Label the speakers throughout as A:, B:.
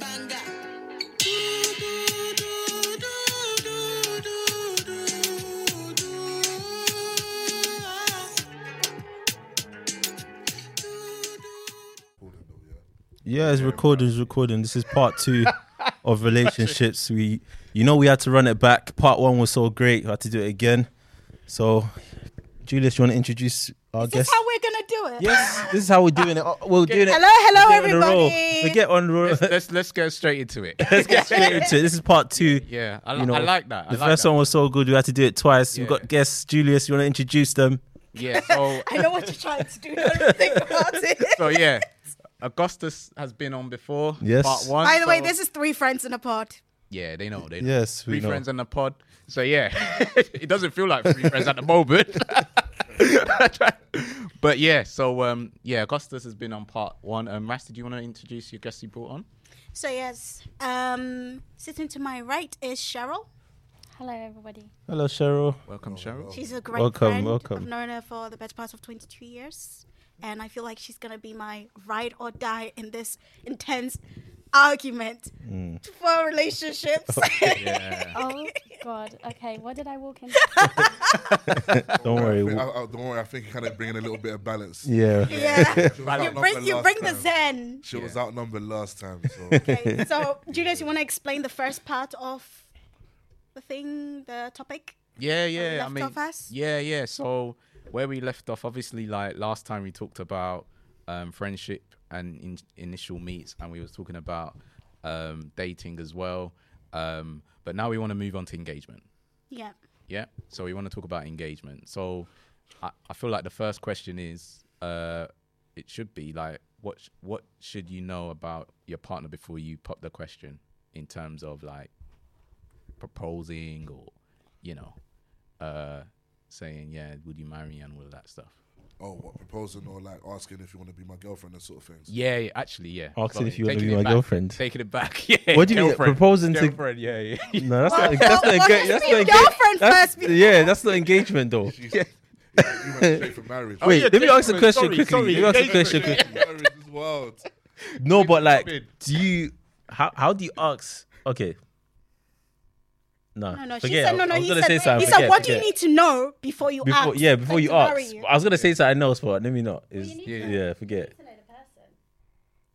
A: Banga. Yeah, it's recording, it's recording. This is part two of relationships. We, you know, we had to run it back. Part one was so great, we had to do it again. So, Julius, you want to introduce our
B: Is this
A: guest?
B: how we're gonna do it?
A: yes, this is how we're doing it. Oh, We're doing it.
B: Hello,
A: We're
B: hello,
A: getting on a roll.
B: everybody.
A: We get on roll.
C: let's, let's let's go straight into it.
A: Let's get straight into it. This is part two.
C: Yeah, I,
A: You know,
C: I like that. I
A: the
C: like
A: first
C: that.
A: one was so good, we had to do it twice. We've
C: Yeah.
A: got guests. Julius, you want to introduce them?
C: Yeah. So
B: I know what you're trying to do. Don't think about it.
C: so yeah, Augustus has been on before.
A: Yes.
C: Part one.
B: By the way,
C: so-
B: this is three friends in a pod.
C: yeah they know they know.
A: Yes, we
C: three
A: know.
C: friends on the pod. So yeah, it doesn't feel like three friends at the moment. but yeah, so um yeah, Augustus has been on part one. Um, Ras, did you want to introduce your guest you brought on?
B: So yes, um, sitting to my right is Cheryl.
D: Hello, everybody.
A: Hello, Cheryl.
C: Welcome, Cheryl.
B: She's a great
A: Welcome,
B: friend.
A: welcome.
B: I've known her for the better part of 22 years, and I feel like she's gonna be my ride or die in this intense argument
A: Mm.
B: for relationships.
C: Yeah.
D: Oh God. Okay, what did I walk into?
A: Don't worry.
E: I, think-
A: we'll-
E: I, I- don't worry. I think you kind of bringing a little bit of balance.
A: Yeah.
B: yeah.
E: She was
C: You
B: You
E: outnumbered
B: bring you
E: last
B: bring the
E: time.
B: zen.
E: She was
C: Yeah.
E: outnumbered last time, so
B: Okay, so Julius, you want to explain the first part of the thing, the topic?
C: Yeah, yeah. I
B: left
C: mean,
B: off us?
C: yeah, yeah. So where we left off, obviously, like last time we talked about um, friendship and in- initial meets, and we was talking about um, dating as well. Um, but now we want to move on to engagement.
B: Yeah.
C: Yeah. So we want to talk about engagement. So I, I feel like the first question is, uh, it should be like, what sh- what should you know about your partner before you pop the question in terms of like proposing or, you know, uh, saying yeah, would you marry me and all of that stuff.
E: oh, what proposing or like asking if you want to be my girlfriend and sort of things.
C: Yeah, yeah, actually, yeah.
A: Asking
C: Sorry,
A: if you wanna
C: taking
A: be
C: it
A: my
C: back-
A: girlfriend.
C: Taking it back. Yeah.
A: What do you mean,
C: girlfriend,
A: proposing to-
C: girlfriend, yeah, yeah. yeah.
A: No, that's not.
B: Well,
A: That's not.
B: well,
A: Enga-
B: well,
A: that's
B: let's
A: not
B: be
A: enga-
B: girlfriend
A: that's-
B: first before-
A: Yeah, that's not engagement though.
E: She's- You went straight for marriage.
C: Oh,
A: Wait,
C: yeah,
A: let me ask a
C: engagement.
A: question
C: Sorry,
A: quickly.
C: sorry,
A: Let me ask a
C: engagement.
A: question quickly.
E: marriage is wild.
A: No, but like,
C: stupid.
A: do you? How how do you ask? Okay. No,
B: No, no. She
A: forget.
B: said no, no.
A: I was
B: He
A: gonna
B: said,
A: say something.
B: he said
A: forget,
B: what do you
A: forget.
B: need to know before you
A: Before,
B: ask?
A: yeah, before
B: them
A: you
B: to marry
A: ask.
B: you?
A: I was gonna say something else, but let me not. Is
D: you need
A: yeah.
D: to-
A: forget.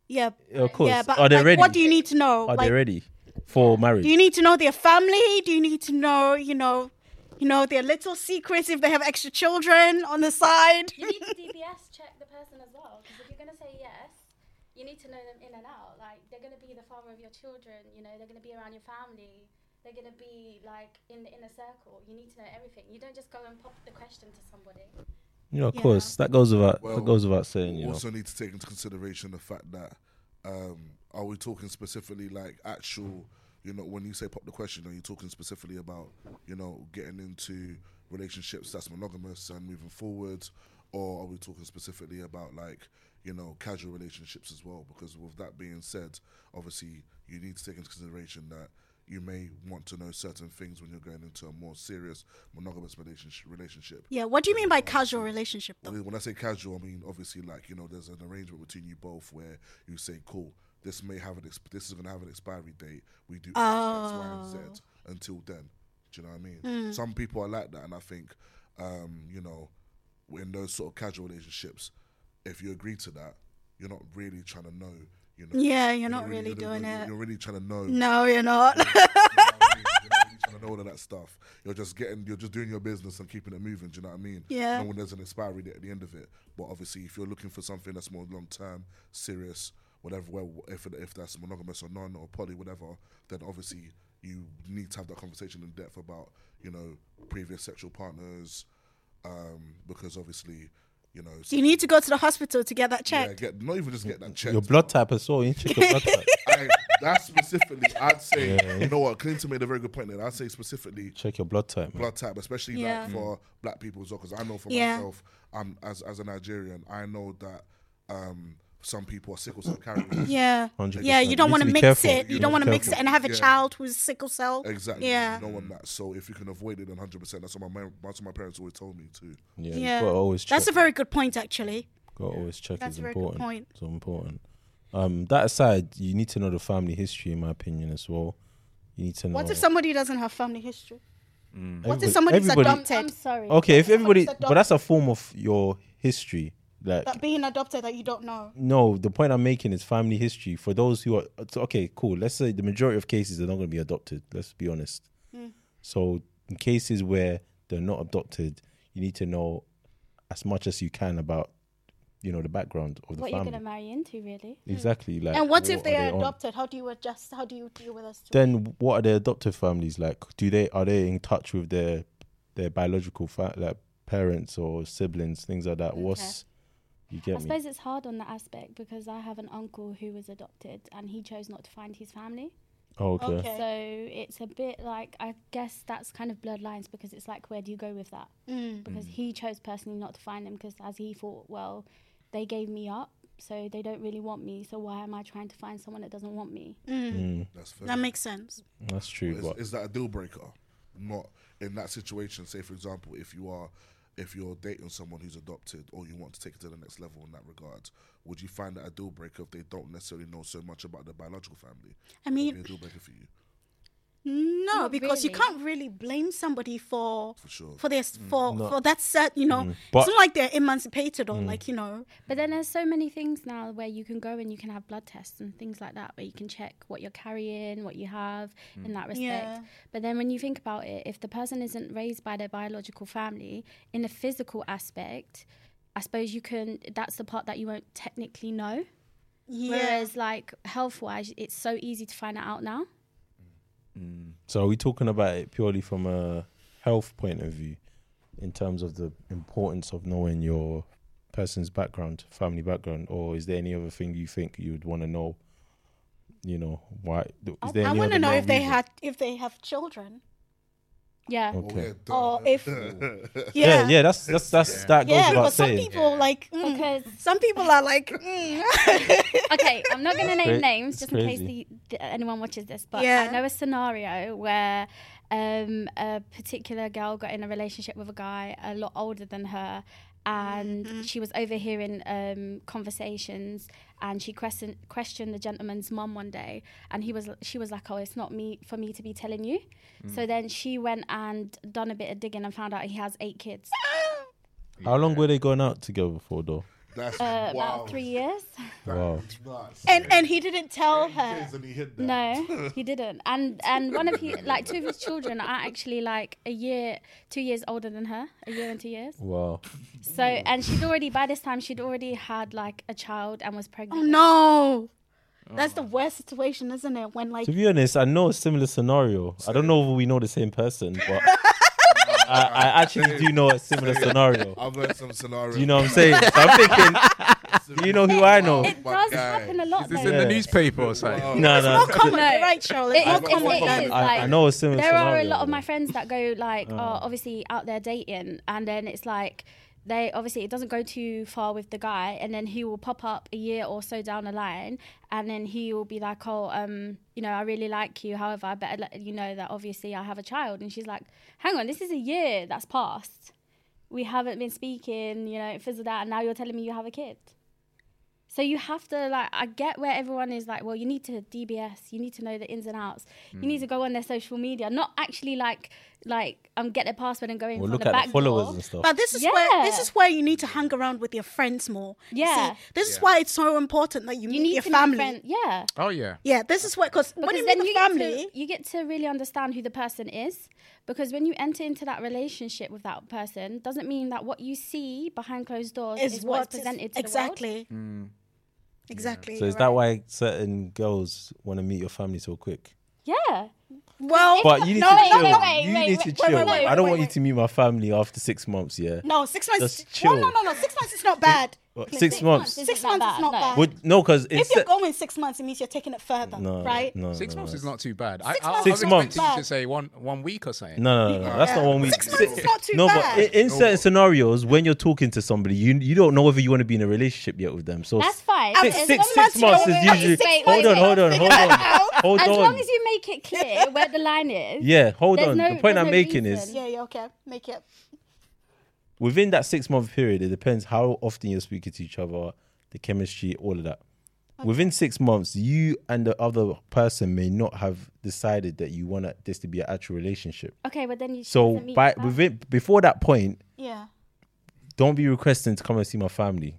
B: Yeah.
A: Of course.
B: Yeah, but
A: Are they
B: like,
A: ready?
B: what do you need to know?
A: Are
B: like,
A: they ready for marriage?
B: do you need to know their family? Do you need to know, you know, you know their little secrets if they have extra children on the side?
D: You need to DBS check the person as well, because if you're gonna say yes, you need to know them in and out. Like they're gonna be the father of your children. You know, they're gonna be around your family. They're gonna be like in the inner circle. You need to know everything. You don't just go and pop the question to somebody.
A: Yeah, of
B: Yeah.
A: course. That goes without
E: Well,
A: that goes without saying, you know.
E: also need to take into consideration the fact that um, are we talking specifically like actual, you know, when you say pop the question, are you talking specifically about, you know, getting into relationships that's monogamous and moving forward, or are we talking specifically about like, you know, casual relationships as well? Because with that being said, obviously you need to take into consideration that you may want to know certain things when you're going into a more serious monogamous relationship relationship
B: Yeah. What do you mean by casual relationship though?
E: when when I say casual, I mean obviously like you know there's an arrangement between you both where you say, "Cool, this may have an exp- this is gonna have an expiry date. We do X, X, Y, and Z
B: Oh.
E: until then." Do you know what I mean?
B: Mm.
E: Some people are like that, and I think um, you know in those sort of casual relationships, if you agree to that, you're not really trying to know. You know,
B: Yeah, you're not really
E: you're-
B: doing
E: you're-
B: it.
E: You're really trying to know
B: No, you're not.
E: and all of that stuff. You're just getting, you're just doing your business and keeping it moving. Do you know what I mean?
B: Yeah.
E: And when there's an expiry date at the end of it, but obviously, if you're looking for something that's more long term, serious, whatever, well, if if that's monogamous or non or poly, whatever, then obviously you need to have that conversation in depth about you know previous sexual partners, um, because obviously, you know,
B: Do you need to go to the hospital to get that
E: yeah,
B: checked?
E: get not even just get that checked.
A: Your blood type as well. You check your blood type.
E: I, that specifically, I'd say, you know what, Clinton made a very good point there. I'd say specifically,
A: Check your blood type. Man.
E: blood type, especially
B: Yeah.
E: like for black people as well. Because I know for
B: Yeah.
E: myself, um, as as a Nigerian, I know that um, some people are sickle cell carriers.
B: Yeah.
A: 100%.
B: Yeah, you don't
A: Need
B: want
A: to
B: to
A: be
B: mix
A: careful.
B: it. You,
A: You
B: don't
A: need
B: want
A: to
B: to
A: be
B: mix it
A: careful.
B: and have a
E: Yeah.
B: child who's sickle cell.
E: Exactly.
B: Yeah.
E: You don't want that. So if you can avoid it 100%, that's what my, ma- that's what my parents always told me too.
A: Yeah,
B: Yeah.
A: you gotta always check.
B: That's a very good point, actually.
A: gotta always check.
B: That's
A: is
B: a very good
A: important.
B: point.
A: It's important. Um, that aside, you need to know the family history, in my opinion, as well. You need to know.
B: What if somebody doesn't have family history? What
A: Everybody-
B: if somebody's
A: everybody-
B: adopted?
F: I'm sorry.
A: Okay, if everybody,
B: somebody's
A: but that's a form of your history. Like,
B: That being adopted that you don't know.
A: no, the point I'm making is family history. For those who are it's- okay, cool. Let's say the majority of cases they're not going to be adopted. Let's be honest.
B: Hmm.
A: So in cases where they're not adopted, you need to know as much as you can about, you know, the background of the
F: What you're
A: family.
F: gonna hmm. marry into, really?
A: Exactly. Like,
B: And what,
A: are
B: if they are
A: on?
B: adopted? How do you adjust? How do you deal with us?
A: Then what are their adoptive families like? Do they are they in touch with their their biological fa- like parents or siblings, things like that? What's you get
F: I
A: me?
F: suppose it's hard on that aspect because I have an uncle who was adopted and he chose not to find his family.
A: oh, okay.
B: Okay.
F: So it's a bit like I guess that's kind of bloodlines because it's like where do you go with that?
B: Mm.
F: Because he chose personally not to find them because as he thought, well, they gave me up, so they don't really want me. So why am I trying to find someone that doesn't want me?
E: Mm, That's fair.
B: That makes sense.
A: That's true.
E: is,
A: But
E: is that a deal breaker? Not in that situation. Say, for example, if you are if you're dating someone who's adopted or you want to take it to the next level in that regard, would you find that a deal breaker if they don't necessarily know so much about their biological family?
B: I
E: Would it be
B: mean,
E: a deal breaker for you,
B: no,
F: Not
B: because you
F: really.
B: can't really blame somebody for
E: for sure.
B: for this for for that set. You know,
A: Mm, But- Mm.
B: it's not like they're emancipated or like you know.
F: But then there's so many things now where you can go and you can have blood tests and things like that, where you can check what you're carrying, what you have in that respect.
B: Yeah.
F: But then when you think about it, if the person isn't raised by their biological family in the physical aspect, I suppose you can, that's the part that you won't technically know.
B: Yeah.
F: Whereas, like, health wise, it's so easy to find that out now.
A: so are we talking about it purely from a health point of view, in terms of the importance of knowing your person's background, family background, or is there any other thing you think you would want to know? You know why? Is there
B: I
A: any
B: want to
A: other
B: know
A: main
B: if they
A: reason?
B: had if they have children.
F: Yeah.
E: Oh,
A: Okay.
E: yeah, duh.
B: Or if
A: Yeah,
B: yeah,
A: yeah. That's that's that's that goes
B: Yeah,
A: without
B: but some
A: saying.
B: people like mm,
F: Because,
B: some people are like. Mm.
F: okay, I'm not going to name
A: cra-
F: names
A: that's
F: just in case
A: crazy.
F: the, the, anyone watches this, but
B: Yeah.
F: I know a scenario where um, a particular girl got in a relationship with a guy a lot older than her. And she was overhearing um, conversations, and she question, questioned the gentleman's mum one day, and he was she was like, "Oh, it's not me for me to be telling you."
A: Mm.
F: So then she went and done a bit of digging and found out he has eight kids,
A: How long were they going out together for though?
E: That's
F: uh,
E: wow.
F: about three years.
A: Wow.
E: That's nuts.
B: and and he didn't tell her.
E: Kids and he hid that.
F: No, he didn't. And and one of his like two of his children are actually like a year, two years older than her, a year and two years.
A: Wow.
F: So and she'd already by this time she'd already had like a child and was
B: Oh
F: pregnant.
B: no, that's the worst situation, isn't it? When like
A: To be honest, I know a similar scenario. I don't know if we know the same person, but I, I actually do know a similar scenario.
E: I've heard some scenarios.
A: Do you know what I'm saying? So I'm thinking, do you know who I know?
F: It
E: my
F: does
E: guy.
F: happen a lot
C: Oh, Is this
F: though.
C: in
A: Yeah.
C: the newspaper or something?
E: Wow.
A: No, no.
B: common,
F: No.
B: right, Charlotte?
F: It
B: It's
F: is,
B: more
F: it is,
B: common
F: it is,
B: than-
A: I, I
F: like-
A: know a similar
F: there
A: scenario.
F: are a lot of my
A: though.
F: friends that go like are obviously out there dating and then it's like they obviously it doesn't go too far with the guy and then he will pop up a year or so down the line and then he will be like oh um you know i really like you however i better let you know that obviously i have a child and she's like hang on this is a year that's passed we haven't been speaking you know it fizzled out and now you're telling me you have a kid so you have to like I get where everyone is like, well, you need to DBS, you need to know the ins and outs. You
A: Hmm.
F: need to go on their social media, not actually like like um get their password and go in
A: Well,
F: from
A: look
F: the
A: at
F: back
A: the followers
F: door.
A: and stuff.
B: But this is where this
F: Yeah.
B: is where you need to hang around with your friends more. You
F: Yeah.
B: See, this is why it's so important that you,
F: You
B: meet
F: need
B: your
F: to know
B: family.
F: friend- yeah.
C: Oh yeah.
B: Yeah, this is where because when you
F: Because
B: meet
F: then
B: the
F: you
B: family,
F: Get to, you get to really understand who the person is. Because when you enter into that relationship with that person, doesn't mean that what you see behind closed doors is,
B: is,
F: what's
B: what is-
F: presented to the world.
B: exactly. Exactly.
A: Mm. So is that why certain girls want to meet your family so quick?
F: Yeah.
B: Well,
A: But you need
B: no,
A: to
B: no,
A: chill.
B: no, wait,
A: you
F: wait,
A: need
F: wait,
A: to
F: wait,
A: chill.
F: wait, wait,
A: I don't
F: wait,
A: want
F: wait.
A: you to meet my family after six months. Yeah.
B: no, six months.
A: Just chill.
B: well, no, no, no, six months is not bad.
A: What, six, months.
F: months
B: Six
F: Isn't
B: months
F: that
B: is not
F: bad?
B: bad.
A: Would no, because
B: if you're
A: instead.
B: going six months, it means you're taking it further,
A: No,
B: right?
A: no,
C: Six
A: no,
C: months
A: no.
C: is not too bad. I,
B: Six
C: I, I
B: months
C: was
A: is not
C: expecting you
B: bad.
C: to say one one week or something.
A: No, no, no, no. That's not one week.
B: Six months is not too
A: no,
B: bad.
A: but in, in certain scenarios, when you're talking to somebody, you you don't know whether you want to be in a relationship yet with them. So
F: That's fine.
A: Six,
F: As
A: six,
F: long
A: six
F: as
A: months
F: you're-
A: is usually.
F: Wait,
A: hold
F: wait,
A: on,
F: wait.
A: hold on, hold on, hold
F: As
A: on.
F: long as you make it clear where the line is.
A: yeah, hold
F: There's
A: on.
F: no-
A: the point
F: there's
A: I'm
F: no
A: making
F: reason.
A: is
B: Yeah, yeah, okay, make it.
A: within that six month period, it depends how often you're speaking to each other, the chemistry, all of that. Within six months, you and the other person may not have decided that you want this to be an actual relationship.
D: Okay, but then you.
A: So
D: shouldn't meet
A: by
D: back.
A: within before that point,
B: Yeah.
A: don't be requesting to come and see my family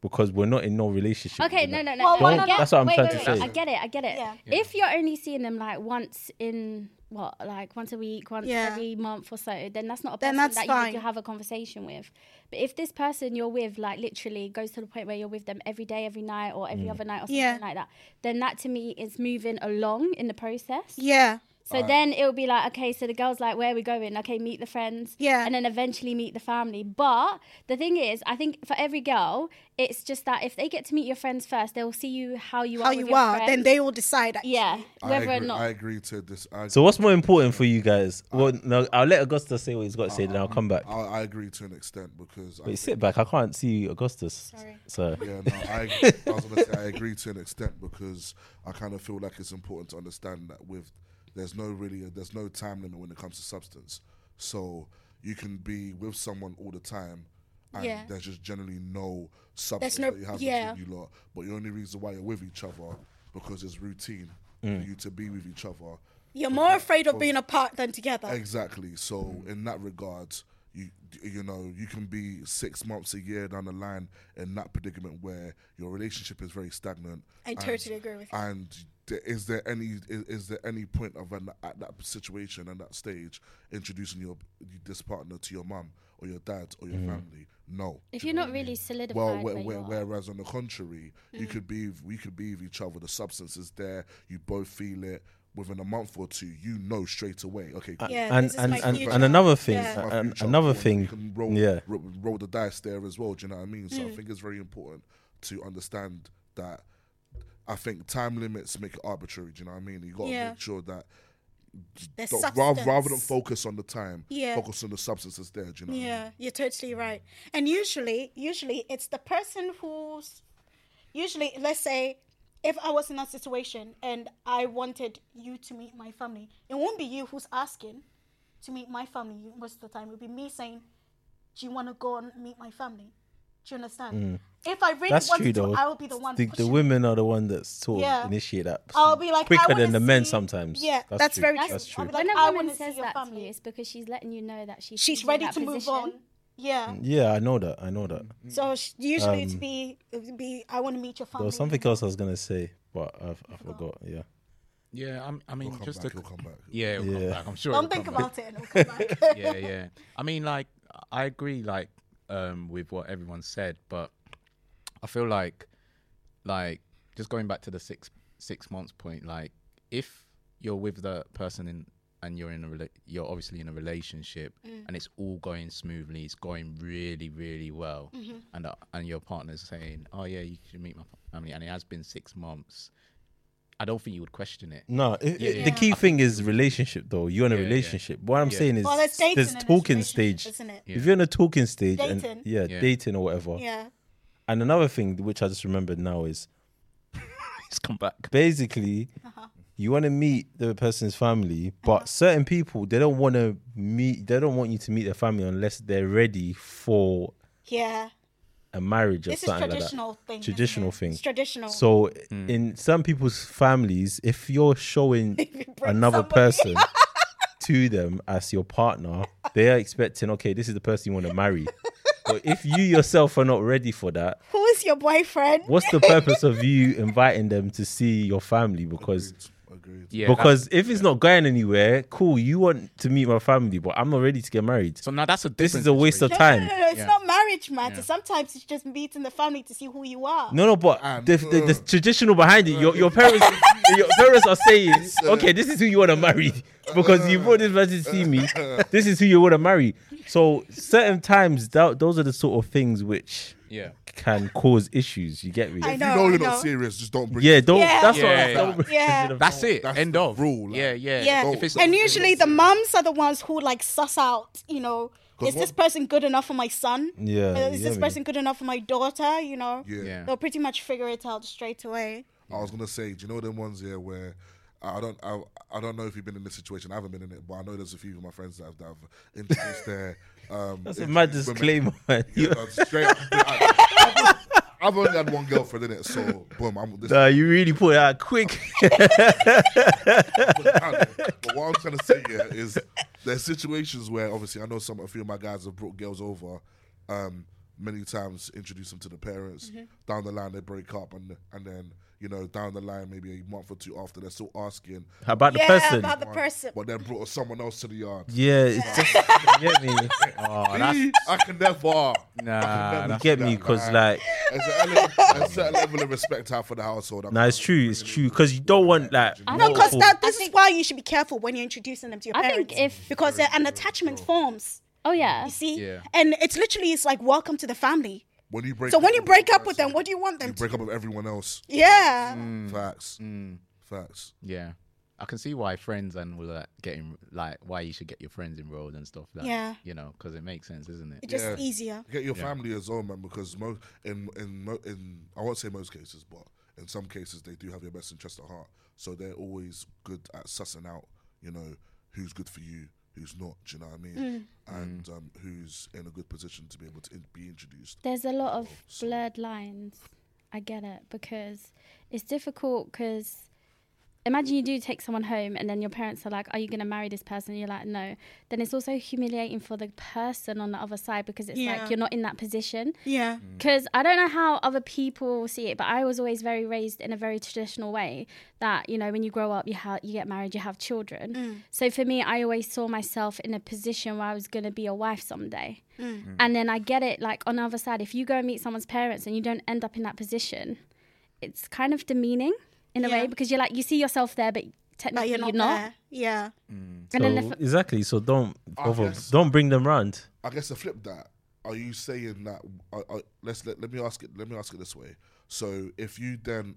A: because we're not in no relationship.
D: Uh, Okay, no,
A: We're not-
D: no, no.
B: Well,
D: I
B: Don't-
D: get,
A: that's what I'm
D: wait,
A: trying
D: wait,
A: to
D: wait,
A: say.
D: I get it. I get it.
B: Yeah.
D: If you're only seeing them like once in what, like once a week, once
B: Yeah.
D: every month or so, then that's not a
B: Then
D: person
B: that's
D: that you need
B: fine.
D: to have a conversation with. But if this person you're with, like literally, goes to the point where you're with them every day, every night, or every
A: Mm.
D: other night, or something
B: Yeah.
D: like that, then that to me is moving along in the process.
B: Yeah.
D: So then it would be like, okay, so the girl's like, where are we going? Okay, meet the friends.
B: Yeah.
D: And then eventually meet the family. But the thing is, I think for every girl, it's just that if they get to meet your friends first, they'll see you how you
B: How
D: are. with
B: you
D: your
B: are,
D: friends.
B: then they will decide. actually.
D: Yeah,
E: I
D: whether or
E: agree,
D: not.
E: I agree to this. I,
A: So what's more important for you guys? Well, no, I'll let Augusta say what he's got to say, then I'll come back.
E: I, I agree to an extent because I
A: Wait,
E: think-
A: sit back. I can't see Augustus.
B: Sorry.
A: So
E: Yeah, no, I, I was gonna say I agree to an extent because I kind of feel like it's important to understand that with there's no really there's no time limit when it comes to substance, so you can be with someone all the time, and
B: Yeah.
E: there's just generally no substance
B: no-
E: that you have
B: yeah.
E: between you lot. But the only reason why you're with each other because it's routine for you to be with each other.
B: You're more afraid of being apart than together.
E: Exactly. So in that regard, you you know you can be six months a year down the line in that predicament where your relationship is very stagnant.
B: I totally agree with you.
E: And th- is there any is, is there any point of an, at that situation and that stage introducing your this partner to your mum or your dad or your family? No.
D: if
E: Do
D: you're
E: you know what
D: not
E: I
D: really
E: mean?
D: solidified,
E: Well,
D: where
E: where,
D: you
E: where,
D: are. Mm.
E: whereas on the contrary, you could be we could be with each other. The substance is there. You both feel it within a month or two. You know straight away. Okay, cool.
B: Yeah,
A: and
B: this is
A: and,
B: my
A: and,
B: future.
A: and another thing,
B: Yeah.
E: my
A: and,
E: future
A: another
E: or you
A: thing.
E: can roll,
A: yeah.
E: ro- roll the dice there as well. Do you know what I mean? So
B: Mm.
E: I think it's very important to understand that. I think time limits make it arbitrary. Do you know what I mean? You got to
B: Yeah.
E: make sure that
B: There's
E: don't- rather, rather than
B: substance.
E: focus on the time,
B: Yeah.
E: focus on the substance that's there. Do you know? what I mean?
B: Yeah, you're totally right. And usually, usually it's the person who's usually let's say if I was in that situation and I wanted you to meet my family, it won't be you who's asking to meet my family most of the time. It'll be me saying, "Do you want to go and meet my family?" Do you understand? If I really
A: Mm. That's true
B: wanted
A: though.
B: to, I will be the one.
A: The, the
B: pushing.
A: women are the one that sort of
B: Yeah.
A: initiate that.
B: I'll be like I
A: quicker than
B: wanna
A: the men
B: see-
A: sometimes.
B: Yeah, that's
A: true.
B: very true.
A: That's
B: I'll
A: true.
B: be like,
D: when a
B: I
D: woman
B: want to
D: says
B: see your
D: that to you,
B: family.
D: it's because she's letting you know that she's
B: She's
D: in
B: ready
D: that
B: to move
D: position.
B: on. Yeah.
A: Yeah, I know that. I know that.
B: So sh- usually it'd be it'd be I want to meet your family.
A: Um, There was something else I was gonna say, but I've, I forgot. Yeah.
C: Yeah, I'm, I mean,
E: Come
C: just
E: back,
C: to
E: he'll come back.
C: yeah, it'll come
A: Yeah.
C: back. I'm sure.
B: Don't
C: it'll
B: think
C: come
B: about
C: back.
B: it and it'll come back.
C: yeah, yeah. I mean, like, I agree, like, um, with what everyone said, but I feel like, like, just going back to the six six months point, like, if you're with the person in and you're in a rela- you're obviously in a relationship and it's all going smoothly, it's going really, really well, and uh, and your partner's saying, oh yeah, you should meet my family, and it has been six months. I don't think you would question it.
A: No, it,
C: Yeah,
A: it-
C: yeah.
A: the key thing is relationship, though. You're in a
C: Yeah, yeah.
A: relationship. What I'm
C: Yeah.
A: saying is
B: Well, that's dating.
A: there's
B: and it's
A: talking
B: relationship,
A: stage.
B: isn't it?
C: Yeah.
A: If you're in a talking stage and
B: Dating.
A: yeah,
C: Yeah.
A: dating or whatever.
B: Yeah.
A: And another thing which I just remembered now is
C: It's come back.
A: basically
B: Uh-huh.
A: you want to meet the person's family, but certain people they don't want to meet. They don't want you to meet their family unless they're ready for
B: Yeah.
A: a marriage or
B: This is
A: something
B: traditional
A: like that.
B: thing. isn't
A: Traditional
B: it?
A: thing.
B: It's traditional.
A: So
C: Hmm.
A: in some people's families, if you're showing
B: bring
A: another
B: somebody-
A: person to them as your partner, they are expecting, okay, this is the person you want to marry. But if you yourself are not ready for that,
B: who is your boyfriend?
A: what's the purpose of you inviting them to see your family? Because
E: Agreed.
C: Yeah, that-
A: because if it's not going anywhere, cool, you want to meet my family, but I'm not ready to get married.
C: so now that's a
A: This is
C: different
A: a waste
C: situation.
A: of
B: No,
A: time.
B: no, no, no, It's
C: Yeah.
B: not marriage matter.
C: Yeah.
B: Sometimes it's just meeting the family to see who you are.
A: No, no, but
E: Um,
A: the, the, the
E: uh,
A: traditional behind it, your, your parents, your parents are saying, okay, this is who you want to marry because you brought this person to see me. This is who you want to marry. So certain times, that, those are the sort of things which
C: Yeah.
A: can cause issues. You get me?
B: I
E: You
B: know.
E: know
B: I
E: you're
B: know.
E: not serious. Just don't bring.
A: Yeah, don't.
B: Yeah.
A: That's
C: Yeah.
A: what. Don't bring
B: Yeah.
A: it to the
C: That's it.
E: That's
C: End
E: the
C: of
E: rule, like,
C: yeah, yeah.
B: Yeah.
C: If it's
B: and usually the mums are the ones who like suss out, you know,
E: 'Cause
B: is this
E: what-
B: person good enough for my son?
A: Yeah, you
B: Uh, is
A: get
B: this
A: me?
B: person good enough for my daughter? You know?
E: Yeah.
C: Yeah.
B: They'll pretty much figure it out straight away.
E: I was gonna say, do you know them ones here where I I don't I, I don't know if you've been in this situation. I haven't been in it, but I know there's a few of my friends that have, that have introduced their um.
A: That's a mad
E: introduced women.
A: disclaimer. man.
E: Yeah, no, straight up. I, I've only had one girlfriend in it, so boom, I'm this.
A: Nah, you really put it out quick.
E: but what I'm trying to say here is there's situations where obviously I know some a few of my guys have brought girls over um, many times, introduce them to the parents.
B: Mm-hmm.
E: Down the line they break up and and then you know down the line maybe a month or two after they're still asking.
A: How about
B: yeah,
A: the person?
B: about the person.
E: But then brought someone else to the yard.
A: yeah, it's just, you get me.
C: Oh, that's,
E: Me, I can never.
C: nah,
A: You
C: that's,
A: get me, because
E: Nah.
A: like,
E: There's a, ele- a certain level of respect I have for the household. I'm
A: nah, it's true, it's true, because you don't want like.
E: I
B: No, because
A: multiple-
B: that this is why you should be careful when you're introducing them to your
F: I think
B: parents.
F: if-
B: because they're an attachment forms,
F: Oh yeah.
B: you see,
C: Yeah.
B: and it's literally it's like welcome to the family.
E: When you break
B: So when
E: up
B: you
E: with
B: break
E: that
B: up with them,
E: person,
B: what do you want
E: you
B: them? to
E: break up with everyone else.
B: Yeah,
E: Facts.
C: mm,
E: Facts.
C: yeah. I can see why friends and all that getting like why you should get your friends enrolled and stuff. Like,
B: Yeah.
C: you know, because it makes sense, isn't it?
B: it's just
E: Yeah.
B: easier.
E: Get your family as well, man, because mo- in in mo- in I won't say most cases, but in some cases they do have your best interest at heart. So they're always good at sussing out, you know, who's good for you, who's not. Do you know what I
B: Mm.
E: mean? And
A: Mm.
E: um, who's in a good position to be able to in- be introduced.
F: There's a lot of blurred lines. I get it because it's difficult because imagine you do take someone home and then your parents are like, Are you going to marry this person? And you're like, No. Then it's also humiliating for the person on the other side because it's
B: Yeah.
F: like you're not in that position.
B: Yeah,
E: Mm.
F: Because I don't know how other people see it, but I was always very raised in a very traditional way that, you know, when you grow up, you, ha- you get married, you have children.
B: Mm.
F: So for me, I always saw myself in a position where I was going to be a wife someday.
B: Mm.
F: And then I get it, like, on the other side, if you go and meet someone's parents and you don't end up in that position, it's kind of demeaning in a
B: Yeah.
F: way because you're like, you see yourself there, but
B: but
F: technically
B: you're not, there. Yeah,
F: And then
A: So,
F: if,
A: exactly. So don't
E: I
A: bother-
E: guess-
A: don't bring them round.
E: I guess to flip that, are you saying that? Are, are, let's let, let me ask it. Let me ask it this way. So if you then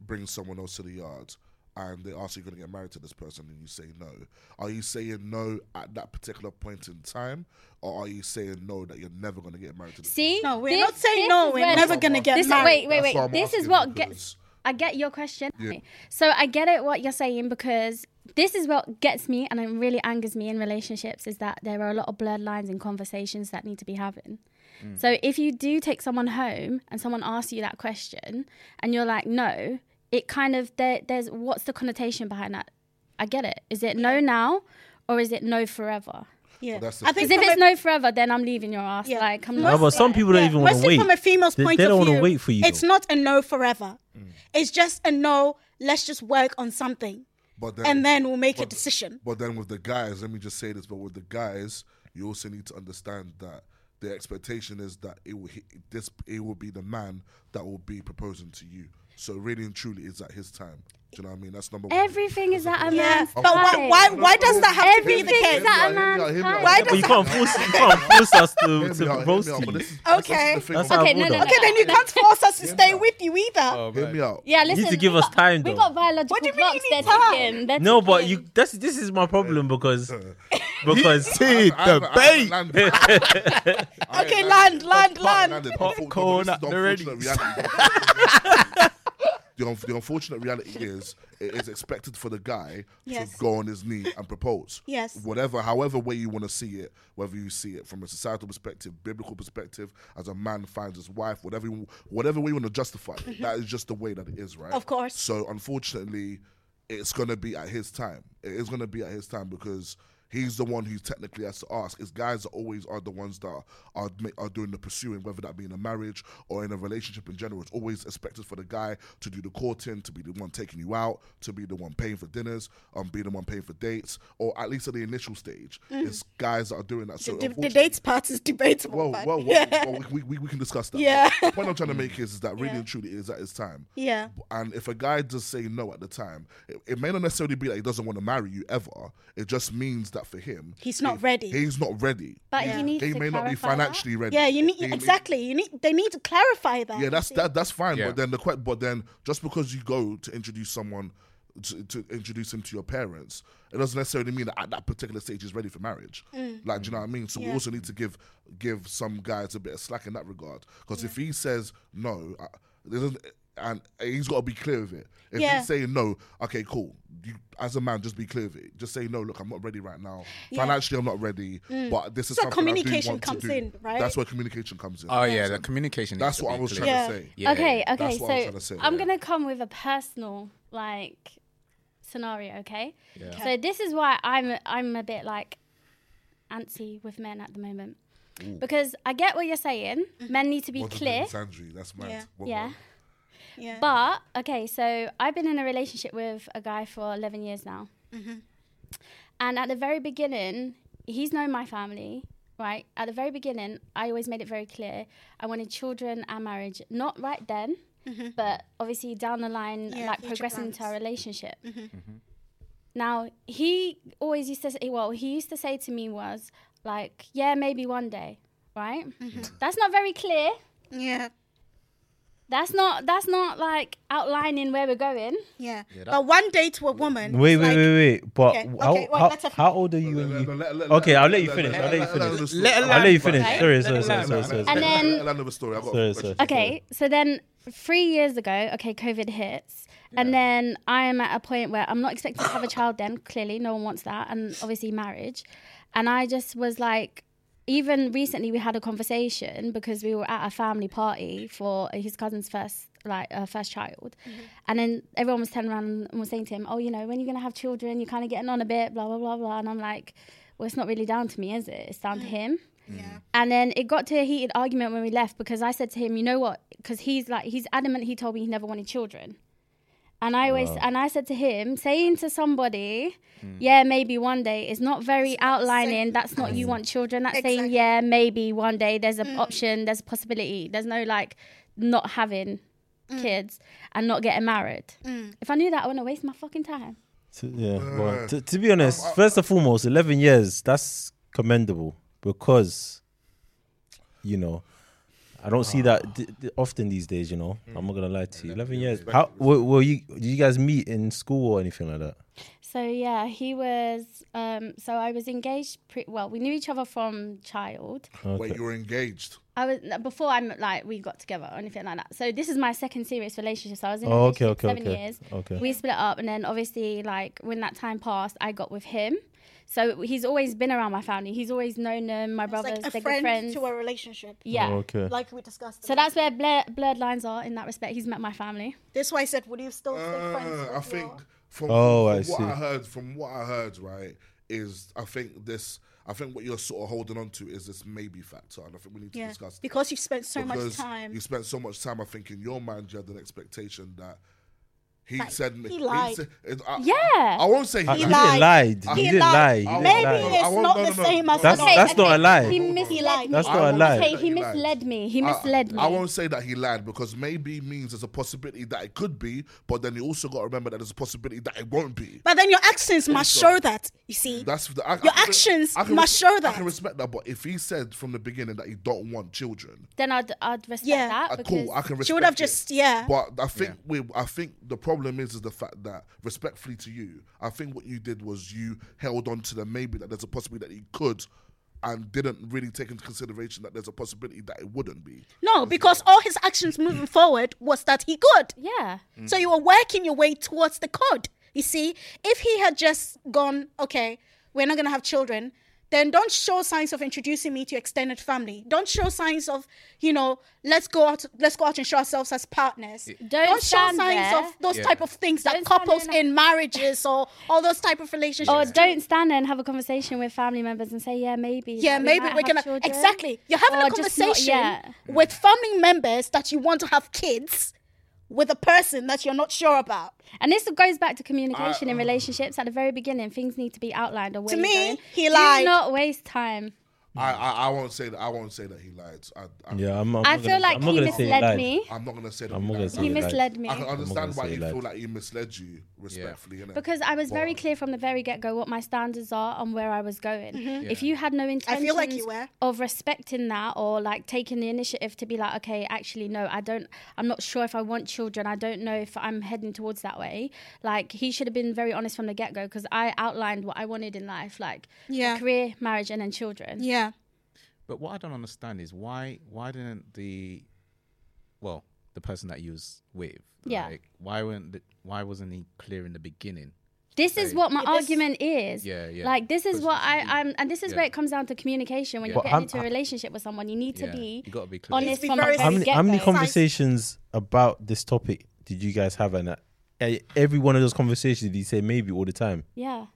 E: bring someone else to the yard and they ask you going to get married to this person and you say no, are you saying no at that particular point in time, or are you saying no that you're never going to get married to? This
F: see?
B: no, we're
F: This-
B: not saying
F: this
B: no.
F: is
B: We're
F: where-
B: never gonna get
F: This,
B: married.
F: wait, wait,
E: That's why
F: wait.
E: I'm
F: This is
E: asking
F: what
E: because-
F: gets. I get your question. So I get it what you're saying because this is what gets me and it really angers me in relationships is that there are a lot of blurred lines in conversations that need to be having.
A: Mm.
F: So if you do take someone home and someone asks you that question and you're like, no, it kind of there, there's what's the connotation behind that? I get it. Is it no now or is it no forever?
B: Yeah,
E: that's the
B: I think
E: thing.
F: Because
B: from
F: if it's
B: a-
F: no forever, then I'm leaving your ass.
B: Yeah.
F: Like I'm
A: No,
F: not.
A: but some people don't even want to
B: Mostly
A: wait.
B: from a female's
A: They-
B: point
A: they
B: of
A: don't
B: view,
A: wanna wait for you,
B: It's
A: though.
B: not a no forever.
E: Mm.
B: It's just a no. Let's just work on something,
E: But then,
B: and then we'll make a
E: but-
B: decision.
E: But then with the guys, let me just say this. But with the guys, you also need to understand that the expectation is that it will hit this. It will be the man that will be proposing to you. So really and truly, it's at his time. Do you know what I mean? That's number one.
F: Everything is that a
B: Yeah,
F: man's
B: but
F: time.
B: why, why, why does that have to be the
F: Everything
B: case?
F: is that a
E: Hear me out, hear
F: man's
E: me out, hear me
F: time?
E: out.
B: Why
A: But
B: does
A: you can't force you can't force us to,
E: Hear me out,
A: to
E: hear
A: roast
E: me out,
A: you.
E: but this is-
B: Okay.
E: That's,
A: That's
E: that's
A: how
F: Okay,
E: the
A: I
F: no,
A: would
F: no,
A: have.
F: no.
B: Okay, then you can't force us to stay with you either.
E: thing. Hear me out.
F: Yeah,
A: You
F: listen.
A: need to give
F: we
A: us
F: got-
A: time,
F: We
A: though.
F: got biological
B: What do you mean
F: clocks.
B: you
F: They're
B: need time?
F: ticking. They're
A: No, but you
F: ticking.
A: that's this is my problem because because
E: I haven't- I haven't landed. I ain't
B: Okay, land,
E: landed. I
B: land,
E: can't
B: land.
E: landed.
A: Popcorn
E: Unfortunately, this is
A: at
E: the
A: the ready.
E: unfortunate reality. The, un- the unfortunate reality is it is expected for the guy
B: Yes.
E: to go on his knee and propose.
B: Yes.
E: Whatever, however way you want to see it, whether you see it from a societal perspective, biblical perspective, as a man finds his wife, whatever, you- whatever way you want to justify it, that is just the way that it is, right?
B: Mm-hmm. Of course.
E: So unfortunately, it's gonna be at his time. It is gonna be at his time because he's the one who technically has to ask. His guys are always are the ones that are are, ma- are doing the pursuing, whether that be in a marriage or in a relationship in general. It's always expected for the guy to do the courting, to be the one taking you out, to be the one paying for dinners, um, be the one paying for dates, or at least at the initial stage,
B: Mm.
E: it's guys that are doing that. So
B: The, the
E: unfortunately-
B: dates part is debatable.
E: well,
B: but
E: well, well,
B: yeah.
E: well, we, we, we can discuss that.
B: Yeah.
E: The point I'm trying to make is, is that really
B: Yeah.
E: and truly it is at his time.
B: Yeah.
E: And if a guy does say no at the time, it, it may not necessarily be that he doesn't want to marry you ever. It just means that for him,
B: He's not ready.
E: He's not ready.
F: But you need
E: he
F: to
E: may not be
F: clarify that.
E: financially ready.
B: yeah, you need
E: He may-
B: exactly. You need they need to clarify that.
E: yeah,
B: you
E: that's
B: see.
E: that. That's fine.
C: Yeah.
E: But then the que- but then just because you go to introduce someone to, to introduce him to your parents, it doesn't necessarily mean that at that particular stage he's ready for marriage. Like, do you know what I mean? So we
B: Mm. Yeah.
E: also need to give give some guys a bit of slack in that regard. Because if he says uh, no, I, there doesn't- and he's got to be clear with it. If
B: Yeah.
E: he's saying no, okay, cool. you, as a man, just be clear with it. Just say no. Look, I'm not ready right now.
B: Yeah.
E: Financially, I'm not ready. But this is
B: So
E: something I do
B: communication
E: want to
B: comes
E: do."
B: in, right?
E: That's where communication comes in.
C: Oh yeah, the communication. needs
E: That's
C: to
E: what I
C: be
E: was
C: clear.
E: trying
B: Yeah.
E: to say.
C: Yeah.
F: Okay,
E: That's
F: okay.
E: what I was
F: so
E: trying to say,
F: I'm
E: yeah.
F: gonna come with a personal like scenario, okay?
C: Yeah.
F: So this is why I'm I'm a bit like antsy with men at the moment. Because I get what you're saying. Men need to be
E: What to do
F: clear.
E: with Sandri, that's mad.
B: Yeah.
E: What-
F: Yeah.
B: Yeah.
F: But okay, so I've been in a relationship with a guy for 11 years now.
B: Mm-hmm.
F: And at the very beginning, he's known my family, right? At the very beginning, I always made it very clear I wanted children and marriage, not right then, but obviously down the line,
B: Mm-hmm. Yeah,
F: like
B: future
F: progressing into
B: plans. Mm-hmm.
F: our relationship. Now, he always used to say, well, he used to say to me was like, yeah, maybe one day, right?
B: Mm-hmm.
F: That's not very clear.
B: yeah.
F: That's not that's not like outlining where we're going.
B: Yeah.
C: that-
B: but one day to a woman.
A: Wait,
B: it's
A: wait,
B: like-
A: wait, wait. But
B: Okay,
A: how,
B: okay, well,
A: how,
B: let's have-
A: how old are you
E: No,
A: when
E: no,
A: you?
E: no, let- let-
A: Okay,
E: let-
A: I'll let you
E: let-
A: finish,
E: let-
A: I'll let you
E: let-
A: finish.
E: another story.
C: Let
A: I'll let you
C: Right.
A: finish. Sorry,
C: Let
A: sorry,
C: it
A: sorry,
C: land,
A: sorry,
C: man.
A: sorry.
F: And
A: sorry.
F: then-
E: another story. I've got
A: Sorry,
E: a question.
A: sorry.
F: Okay, so then three years ago, okay, COVID hits, and then I am at a point where I'm not expected to have a child. Then clearly, no one wants that, and obviously marriage. And I just was like, even recently, we had a conversation because we were at a family party for his cousin's first. Like uh, first child, and then everyone was turning around and was saying to him, "Oh, you know, when you're gonna have children, you're kind of getting on a bit, blah blah blah blah." And I'm like, "Well, it's not really down to me, is it? It's down to him."
B: Yeah.
F: And then it got to a heated argument when we left because I said to him, you know what? Because he's like, he's adamant he told me he never wanted children. And I always, and I said to him, saying to somebody, yeah, maybe one day is not very outlining. that's not you want children. That's saying,
B: Exactly.
F: yeah, maybe one day there's an option, there's a possibility. There's no like not having kids and not getting married. If I knew that, I wouldn't waste my fucking time.
A: To, yeah. well, to, to be honest, first and foremost, 11 years, that's commendable because, you know, I don't see that d- d- often these days, you know. I'm not going to lie to you. 11 years. How were, were you, did you guys meet in school or anything like that?
F: So yeah, he was. Um, so I was engaged. Pre- well, we knew each other from child.
E: Wait, you were engaged.
F: I was no, before I'm like we got together or anything like that. So this is my second serious relationship. So I was in a
A: Oh, okay,
F: relationship
A: okay,
F: seven
A: okay.
F: years.
A: Okay.
F: We split up, and then obviously like when that time passed, I got with him. So he's always been around my family. He's always known them. My
B: It's
F: brothers,
B: like a
F: they're
B: friend
F: good friends.
B: to a relationship.
F: yeah.
A: Oh, okay.
B: Like we discussed.
F: So that's where blur- blurred lines are in that respect. He's met my family.
B: That's why I said, would you still stay friends?
E: Uh,
B: with
E: I
B: your-
E: think from,
A: Oh,
E: from
A: I
E: what
A: see.
E: I heard, from what I heard, right, is I think this, I think what you're sort of holding on to is this maybe factor, and I think we need to
B: Yeah.
E: discuss
B: Because you've spent so much
E: because
B: time.
E: You spent so much time. I think in your mind you had an expectation that he
B: Like,
E: said
B: he lied.
E: said- it- I,
F: Yeah.
E: I won't say he,
A: Ah, you
E: lied.
B: lied.
A: didn't lie. You
B: He
A: didn't lie.
B: lied.
A: You
E: I
A: didn't
E: won't-
B: Maybe
A: lie.
E: I
B: it's
E: won't-
B: not
E: no,
B: the
E: no, no,
B: same
E: no,
B: as
E: no,
A: That's-
E: no,
A: Okay, that's
E: no,
A: not a
E: no,
A: lie.
E: no,
F: He
E: no, no, no.
F: misled me.
E: I won't
A: That's
E: say
F: Okay,
E: that
F: he
E: lied.
F: misled me. He
E: I-
F: misled me.
E: Uh, I won't say that he lied because maybe means there's a possibility that it could be, but then you also got to remember that there's a possibility that it won't be.
B: But then your actions must show that, you see.
E: That's the, I,
B: Your
E: I can-
B: actions
E: I can
B: must
E: res-
B: show
E: I
B: that.
E: can respect that, but if he said from the beginning that he don't want children,
F: Then I'd, I'd respect
B: Yeah.
F: that
E: uh,
F: because
E: cool, I can respect.
B: She would have
E: it.
B: just, yeah.
E: But I think we, I think the problem is is the fact that respectfully to you, I think what you did was you held on to the maybe that there's a possibility that you could, and didn't really take into consideration that there's a possibility that it wouldn't be.
B: No, because all his actions moving forward was that he could.
F: yeah.
B: So you were working your way towards the code. You see, if he had just gone, okay, we're not going to have children, then don't show signs of introducing me to your extended family. Don't show signs of, you know, let's go out, let's go out and show ourselves as partners.
F: Don't
B: show
F: stand
B: signs
F: there.
B: of those
C: Yeah.
B: type of things
F: Don't
B: that
F: stand
B: couples
F: there and-
B: in marriages or all those type of relationships.
F: Or don't stand there and have a conversation with family members and say, yeah, maybe.
B: Yeah,
F: like, we
B: maybe we're
F: might have
B: gonna
F: children.
B: exactly. You're having
F: Or
B: a
F: just not
B: conversation
F: yet.
B: with family members that you want to have kids with a person that you're not sure about.
F: And this goes back to communication in relationships. At the very beginning, things need to be outlined. Or where
B: Uh, To
F: you're
B: me,
F: going.
B: he lied.
F: Do not waste time.
E: I, I, I won't say that. I won't say that he lied. I, I,
A: Yeah, I'm, I'm
F: I
A: not
F: feel
A: gonna-
F: like
A: I'm not
F: he
A: gonna say
F: misled
A: lied.
F: me.
E: I'm not gonna say that.
A: I'm
E: he
A: not
E: lied.
A: gonna say
F: He
A: lied.
F: misled me.
E: I can understand why
A: say
E: you
A: he lied.
E: feel like he misled you respectfully, innit?
F: Because I was very
E: But-
F: clear from the very get go what my standards are and where I was going. If you had no intention
B: feel like you were.
F: of respecting that or like taking the initiative to be like, okay, actually, no, I don't, I'm not sure if I want children. I don't know if I'm heading towards that way. Like, he should have been very honest from the get go because I outlined what I wanted in life like
B: Yeah.
F: a career, marriage, and then children.
B: Yeah.
C: But what I don't understand is why why didn't the well the person that you was with
F: Yeah.
C: like, why weren't the, why wasn't he clear in the beginning?
F: This is
C: Hey.
F: what my
B: Yeah, this-
F: argument is.
C: Yeah, yeah.
F: Like this is what I,
C: Because-
F: I'm, and this is where
C: Yeah.
F: it comes down to communication. When
C: Yeah.
F: you
A: But
F: get
A: I'm-
F: into a relationship with someone, you need to
C: Yeah,
F: be,
C: you gotta be clear.
F: honest
B: Be
F: from the
B: very
F: very
A: How many, how many
F: get-go.
A: conversations about this topic did you guys have? And uh, e- every one of those conversations, did you say maybe all the time?
F: Yeah,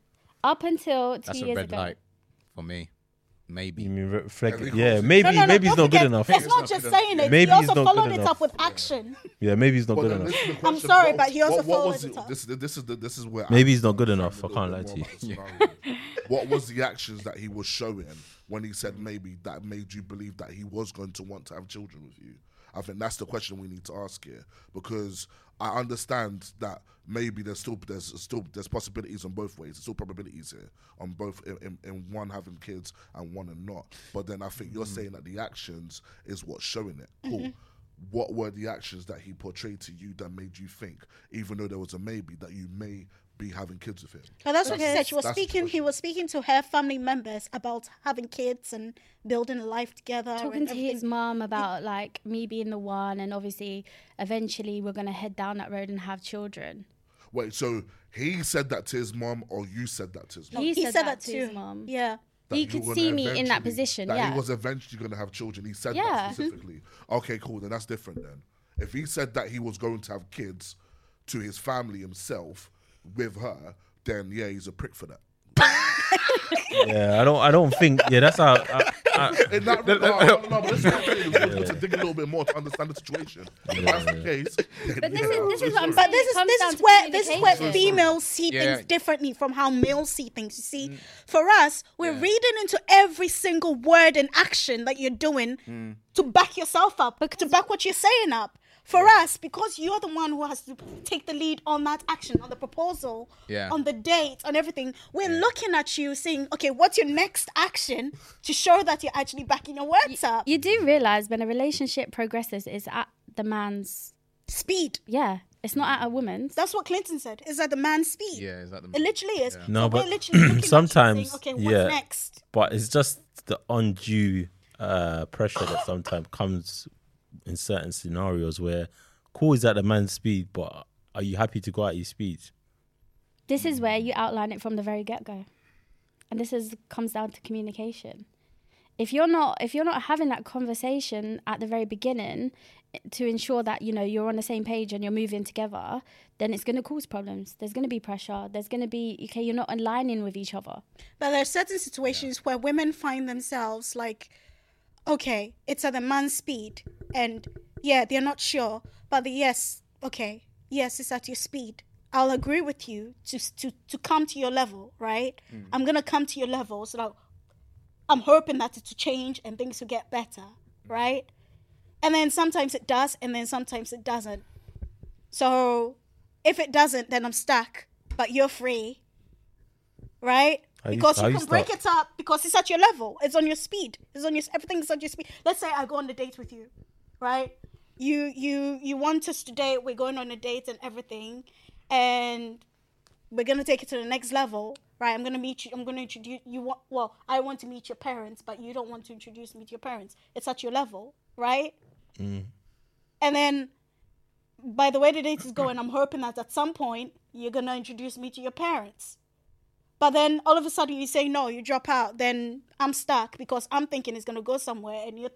F: up until two
C: That's a
F: years
C: red
F: ago.
C: light for me. Maybe.
A: You mean reflect?
E: Every
A: Yeah,
E: conversation.
A: maybe,
B: No, no, no,
A: maybe it's
B: don't
A: not good
B: forget,
A: enough.
B: It's not
E: It's
B: just
E: not good
B: saying
E: enough.
B: it.
A: Maybe
B: he
A: it's not
B: also
A: good
B: followed it
A: enough.
B: up with action.
A: Yeah, maybe it's not
E: But
A: good
E: then
A: enough.
E: this is the
B: I'm
E: question,
B: sorry,
E: what-
B: but he also
E: what, what was
B: followed it
E: the-
B: up.
E: this, this is the this is where
A: Maybe
E: I-
A: he's not good
E: I'm trying
A: enough,
E: to
A: I can't
E: learn
A: lie
E: more
A: to you.
E: about the scenario. what was the actions that he was showing when he said maybe that made you believe that he was going to want to have children with you? I think that's the question we need to ask here because I understand that maybe there's still there's still there's possibilities on both ways. There's still probabilities here on both in, in, in one having kids and one and not. But then I think you're saying that the actions is what's showing it. Cool what were the actions that he portrayed to you that made you think, even though there was a maybe, that you may be having kids with him?
B: But that's what she said. She was
E: That's the
B: speaking. He
E: question.
B: was speaking to her family members about having kids and building a life together.
F: Talking
B: and
F: to his
B: everything.
F: mom about like me being the one, and obviously, eventually, we're gonna head down that road and have children.
E: Wait, so he said that to his mom, or you said that to his mom?
F: He,
B: He
F: said, that, to his
B: too.
F: mom.
B: Yeah.
E: That
F: he
E: you
F: could
E: were
F: see
E: gonna
F: me in that
E: eventually-
F: position.
E: That
F: yeah.
E: he was eventually going to have children. He said
F: Yeah. Mm-hmm.
E: that specifically. Okay, cool. Then that's different. Then, if he said that he was going to have kids to his family himself with her, then yeah, he's a prick for that.
A: Yeah, I don't. I don't think. Yeah, that's how. I, I,
E: In that regard, no, no, but this is what I'm saying. We've got to dig a little bit more to understand the situation. If that's the case, then
F: But this
E: yeah,
F: is this is what I'm
E: sorry.
F: saying.
B: But this
F: it
B: is
F: comes down
B: this is
F: to
B: where this is where
F: communication.
B: females see
C: Yeah. Mm.
B: things differently from how males see things. You see, for us, we're reading into every single word and action that you're doing
C: Mm.
B: to back yourself up, to back what you're saying up. For us, because you're the one who has to take the lead on that action, on the proposal,
C: Yeah.
B: on the date, on everything, we're looking at you saying, okay, what's your next action to show that you're actually backing your words up?
F: You do realize when a relationship progresses, it's at the man's.
B: Speed.
F: Yeah, it's not at a woman's.
B: That's what Clinton said. Is that the man's speed?
C: yeah, is that the
B: It literally is.
A: No,
B: So we're
A: but
B: literally looking at you
A: sometimes,
B: saying, okay, what's
A: yeah.
B: next?
A: but it's just the undue uh, pressure that sometimes comes in certain scenarios where cool is at the man's speed, but are you happy to go at his speed?
F: This is where you outline it from the very get go, and this is comes down to communication. If you're not if you're not having that conversation at the very beginning eh, to ensure that you know you're on the same page and you're moving together, then it's going to cause problems. There's going to be pressure. There's going to be okay. You're not aligning with each other.
B: But there are certain situations where women find themselves like, okay, it's at the man's speed, and yeah, they're not sure, but the yes, okay, yes, it's at your speed. I'll agree with you to to to come to your level, right? I'm gonna come to your level, so that I'm hoping that it'll change and things will get better, right? And then sometimes it does, and then sometimes it doesn't. So if it doesn't, then I'm stuck, but you're free, right?
A: How you-
B: Because
A: how
B: you
A: you
B: can break
A: stuck?
B: it up because it's at your level, it's on your speed, it's on your everything's at your speed. Let's say I go on a date with you, right? You you you want us to date, we're going on a date and everything, and we're gonna take it to the next level, right? I'm gonna meet you. I'm gonna introduce you. Want, well, I want to meet your parents, but you don't want to introduce me to your parents. It's at your level, right? And then, by the way the date is going, I'm hoping that at some point you're gonna introduce me to your parents. But then all of a sudden you say no, you drop out. Then I'm stuck because I'm thinking it's gonna go somewhere, and you're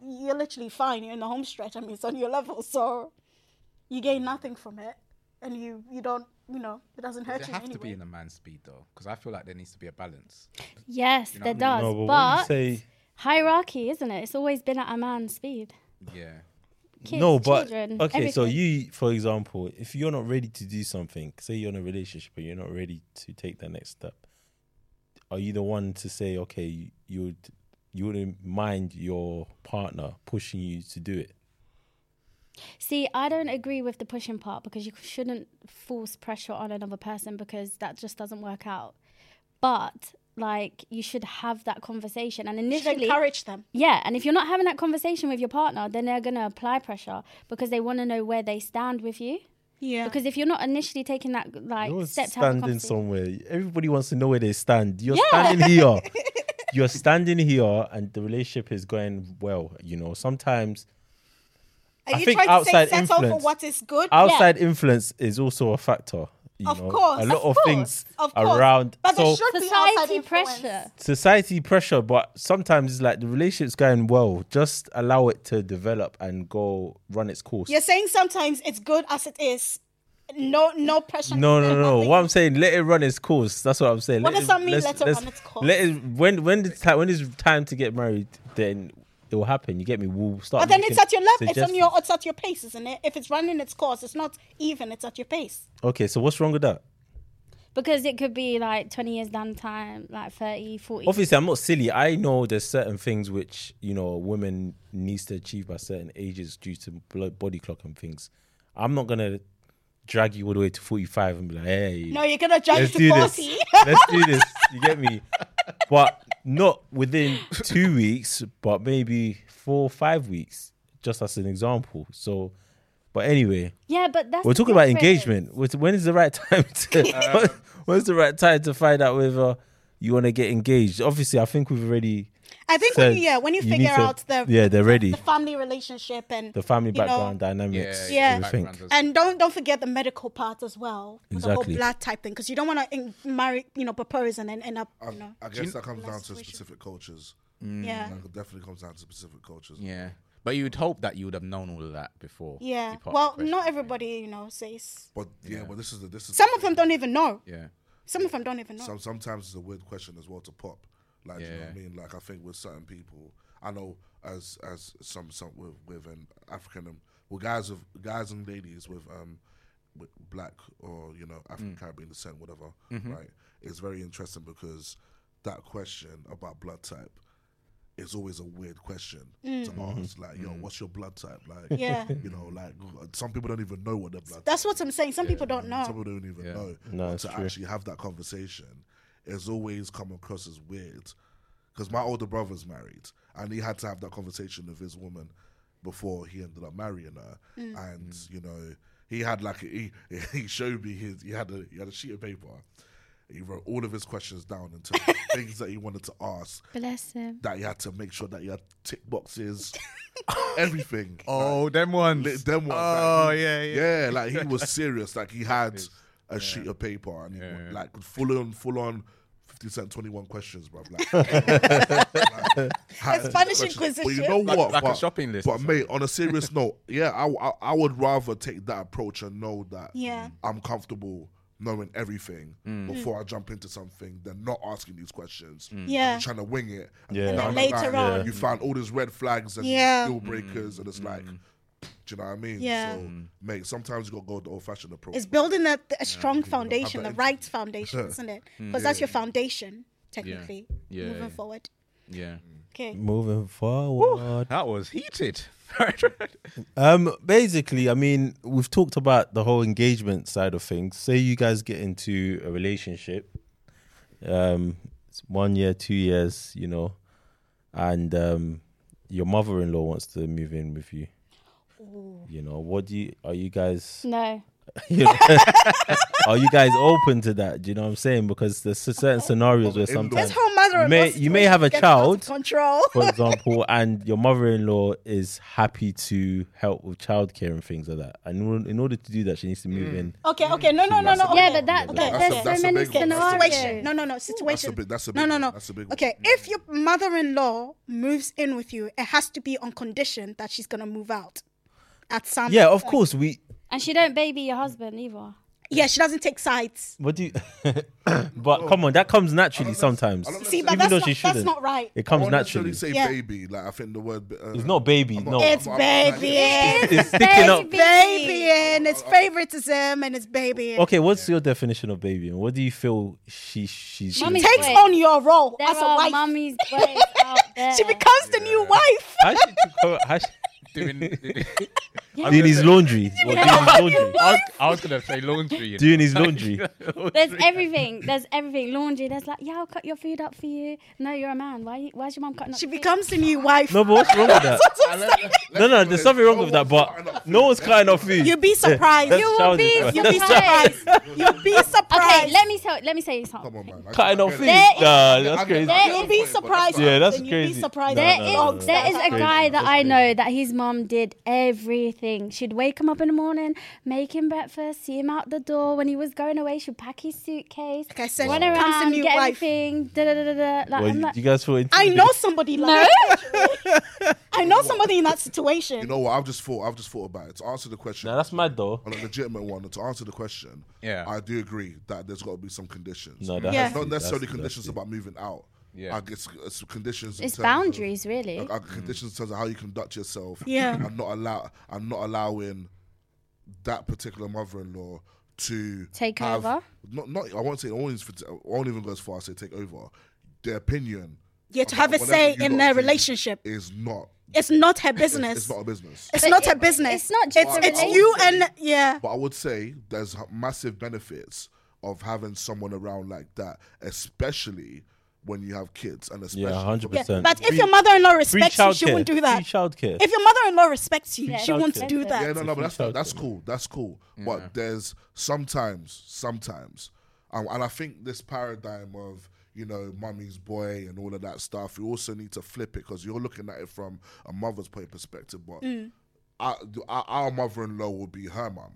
B: you're literally fine. You're in the home stretch. I mean, it's on your level, so you gain nothing from it, and you you don't you know it doesn't hurt
C: Does it
B: you
C: have
B: anyway.
C: to be in a man's speed though? Because I feel like there needs to be a balance.
F: Yes, there does.
A: No, but,
F: but
A: what you say?
F: hierarchy, isn't it? It's always been at a man's speed.
C: Yeah.
F: Kids,
A: no, but
F: children,
A: okay. So
F: everything.
A: you, for example, if you're not ready to do something, say you're in a relationship and you're not ready to take that next step, are you the one to say, okay, you would you wouldn't mind your partner pushing you to do it?
F: See, I don't agree with the pushing part because you shouldn't force pressure on another person because that just doesn't work out. But like, you should have that conversation and
B: You should
F: initially.
B: encourage them.
F: Yeah, and if you're not having that conversation with your partner, then they're going to apply pressure because they want to know where they stand with you.
B: Yeah.
F: Because if you're not initially taking that like
A: you're
F: step to have a
A: standing
F: conversation-
A: somewhere. Everybody wants to know where they stand. You're
F: Yeah.
A: standing here. you're standing here, and the relationship is going well. You know, sometimes
B: Are
A: I
B: you
A: think
B: trying to say
A: outside
B: settle for
A: influence-
B: what is good?
A: outside influence is also a factor. you
B: of
A: know,
B: course,
A: a lot of,
B: course,
A: things
B: of course.
A: around.
B: But there
A: so
B: should be outside
F: Society
B: influence.
F: pressure.
A: society pressure, but sometimes it's like the relationship's going well. Just allow it to develop and go run its course.
B: You're saying sometimes it's good as it is. No, no pressure.
A: No,
B: nothing.
A: no, no. What I'm saying, let it run its course. That's what I'm saying.
B: What
A: Let
B: does
A: it-
B: that mean,
A: let's-
B: let it
A: let's-
B: run its course?
A: Let it when when it's time when it's time to get married, then it will happen. You get me? We'll start.
B: But then
A: making
B: it's at your level. It's on
A: suggestions.
B: your. It's at your pace, isn't it? If it's running its course, it's not even. It's at your pace.
A: Okay, so what's wrong with that?
F: because it could be like 20 years down the time, like 30, 40.
A: Obviously, I'm not silly. I know there's certain things which you know women needs to achieve by certain ages due to blood body clock and things. I'm not gonna drag you all the way to 45 and be like, hey,
B: No, you're gonna judge
A: let's
B: to
A: do this.
B: forty.
A: let's do this. You get me? But not within two weeks, but maybe four or five weeks, just as an example. So, but anyway,
F: Yeah, but that's.
A: we're
F: the
A: talking about
F: difference.
A: engagement. Wh- When is the right time to? when's the right time to find out whether you want to get engaged? Obviously, I think we've already.
B: I think
A: said
B: when you, yeah, when you,
A: need
B: figure
A: to-
B: out the
A: yeah, they're ready.
B: the family relationship and
A: The family
B: you know,
A: background dynamics.
B: Yeah.
A: everything.
C: background does-
B: and don't don't forget the medical part as well. with The
A: Exactly.
B: whole blood type thing, because you don't want to marry, you know, propose and then end up, you know,
E: I guess that comes down to
B: situation.
E: specific cultures.
B: yeah.
E: Like, it definitely comes down to specific cultures.
C: Yeah. But you'd hope that you would have known all of that before.
B: Yeah.
C: you popped the
B: Well,
C: question.
B: not everybody, you know, says.
E: But yeah, but this is the this is
B: Some of them don't even know.
C: Yeah.
B: Some of them don't even know.
E: Some, sometimes it's a weird question as well to pop. Like, do you know what I mean? Like, I think with certain people, I know as as some some with, with an African, um, well, guys with guys and ladies with um with black or you know African Caribbean descent, whatever. Right? It's very interesting because that question about blood type is always a weird question to ask. Like, yo, what's your blood type? Like,
B: Mm. Yeah.
E: you know, like some people don't even know what their blood.
B: That's what I'm saying. Some people don't
E: Some
B: know.
E: people don't even know.
A: Ah. No,
E: But
A: it's
E: to
A: true.
E: actually have that conversation has always come across as weird. Because my older brother's married, and he had to have that conversation with his woman before he ended up marrying her.
A: Mm.
E: And you know, he had like he he showed me his he had a he had a sheet of paper. He wrote all of his questions down in terms of things that he wanted to ask.
F: Bless him.
E: That he had to make sure that he had tick boxes, everything.
G: Oh, them ones.
E: Li- them ones.
G: Oh,
E: like, he-
G: yeah, yeah.
E: yeah. Like he was serious. Like he had a sheet of paper and he wa- like full on, full on. 50 Cent 21 questions, bruv. Like, had
B: It's Spanish
E: questions. But you
B: Inquisition.
E: know
C: Like-
E: what?
C: like a
E: but,
C: shopping list or
E: But, mate, on a serious note, yeah, I, I, I would rather take that approach and know that
B: Yeah.
E: I'm comfortable knowing everything
A: Mm.
E: before I jump into something than not asking these questions.
B: Yeah.
E: Trying to wing it.
A: Yeah. And
E: down
B: then
E: the
B: later
E: line,
B: on-
E: You find all these red flags and
B: Yeah.
E: deal breakers,
A: Mm.
E: and it's like, do you know what I mean?
B: Yeah.
E: So, mate, sometimes you gotta go the old fashioned approach.
B: It's building a, a strong foundation, the
E: bet.
B: right foundation, isn't it?
E: Hmm.
B: Because that's your foundation, technically,
C: Yeah,
B: moving
C: yeah.
B: forward.
C: Yeah.
B: Okay.
A: Moving forward.
C: That was heated.
A: Um, basically, I mean, we've talked about the whole engagement side of things. Say you guys get into a relationship, um, it's one year, two years, you know, and um, your mother-in-law wants to move in with you. You know, what do you are you guys?
F: No.
A: you know, are you guys open to that? Do you know what I'm saying? Because there's certain scenarios where
B: This
A: sometimes
B: whole mother
A: You may- you may have a child.
B: Control.
A: for example, and your mother-in-law is happy to help with childcare and things like that. And in order- in order to do that, she needs to move in.
B: Okay, okay, no, no, no, no.
F: Yeah,
B: okay.
F: but that,
A: That's
F: that
E: a-
F: there's
E: that's a
F: so many
E: big one. That's a
F: scenarios.
E: big
B: situation. No, no, no. Situation.
E: big- that's a
B: no,
E: big
B: no,
E: one,
B: no.
E: that's a big one.
B: okay, if your mother-in-law moves in with you, it has to be on condition that she's gonna move out. At some
A: Yeah, of course we.
F: And she don't baby your husband either.
B: yeah, she doesn't take sides.
A: What do you? but come on, that comes naturally sometimes.
E: I don't
B: See,
E: Even
B: but that's
A: though
B: not,
A: she
B: that's
A: shouldn't.
B: not right.
A: It
E: I
A: comes
E: won't
A: naturally.
E: necessarily say
B: Yeah.
E: baby. Like I think the word uh,
A: It's not baby.
E: I'm
A: No,
E: not-
B: It's baby.
A: it's sticking up.
F: Baby.
B: baby and it's favoritism and it's baby.
A: Okay, what's your definition of baby, and what do you feel she she should?
F: Mummy-
B: Takes
F: Wait.
B: on your role
F: There
B: as a
F: are
B: wife.
F: mummies boys out there.
B: She becomes the new wife.
A: How she took her- how she-
C: Doing,
A: doing his laundry. Or doing his laundry.
C: I, was, I was gonna say laundry. You know.
A: Doing his laundry.
F: There's everything. There's everything. Laundry. There's like, yeah, I'll cut your food up for you. No, you're a man. Why? Why's your mum cutting up?
B: She
F: food?
B: becomes the new wife.
A: No, but what's wrong with that? No, no, there's something wrong with that.
E: cutting up
A: But
E: food.
A: no one's cutting off food.
B: You'd be surprised.
A: That's
B: You
F: will
A: childish.
F: be
B: You'll be surprised. You'll be surprised.
F: Okay, Wait, let me tell. Let me say something.
E: Come on, man. I-
G: Cutting
E: I
G: off
E: get
G: feet.
E: it.
F: There is-
G: Nah,
E: I
G: that's
E: get-
G: crazy.
E: I get
B: You'll
E: your
B: be
E: point, but
B: surprised.
G: Yeah, that's
B: Then you'll
G: crazy.
B: Be surprised.
F: There
G: No,
F: is
G: no, no,
F: there
G: that's
F: is a
G: crazy.
F: guy that
G: That's
F: I
G: crazy.
F: know that his mom did everything. She'd wake him up in the morning, make him breakfast, see him out the door. When he was going away, she'd pack his suitcase,
B: Like I said,
F: run
B: she becomes a
F: around,
B: new
F: get
B: wife.
F: everything. Da, da, da, da, da. Like,
G: Well,
F: I'm
G: you,
F: like,
G: you guys feel
B: I
G: intimidated?
B: know somebody like
F: no,
B: I know somebody in that situation.
E: You know what? I've just thought. I've just thought about it. To answer the question,
G: Nah, that's mad though.
E: on a legitimate one. To answer the question,
C: Yeah.
E: I do agree that there's got to be some conditions.
G: No, that
B: Yeah.
G: has to
E: not
G: be-
E: necessarily
G: that's- that's
E: conditions about moving out.
C: Yeah.
E: I guess it's conditions. in
F: it's
E: terms of-
F: boundaries, really.
E: Like, uh,
G: Mm.
E: conditions in terms of how you conduct yourself.
B: Yeah.
E: I'm not allow. I'm not allowing that particular mother-in-law to
F: Take
E: have-
F: over?
E: Not, not. I won't say. I won't even, I won't even go as far as say take over. Their opinion
B: yeah, to
E: about
B: have a
E: whatever
B: say
E: you
B: in
E: lot
B: their
E: think
B: relationship.
E: is not.
B: It's not her
E: it's-
B: business.
E: It's not a business.
B: It's
F: But
B: not
F: it-
B: her business.
F: it's not just
B: It's,
F: a
B: it's you and
E: relationship.
B: yeah.
E: But I would say there's h- massive benefits of having someone around like that, especially when you have kids and especially
G: Yeah, hundred
B: yeah.
G: percent.
B: But if your mother-in-law respects you, she
G: childcare.
B: won't do that.
G: Free childcare.
B: If your mother-in-law respects you,
F: Yeah,
B: she won't
G: childcare.
B: do that.
E: Yeah, no, no, but that's
G: Without
E: that's
G: them.
E: cool. That's cool. But there's sometimes, sometimes, um, and I think this paradigm of you know mummy's boy and all of that stuff. You also need to flip it because you're looking at it from a mother's point perspective. But our, our, our mother-in-law will be her mum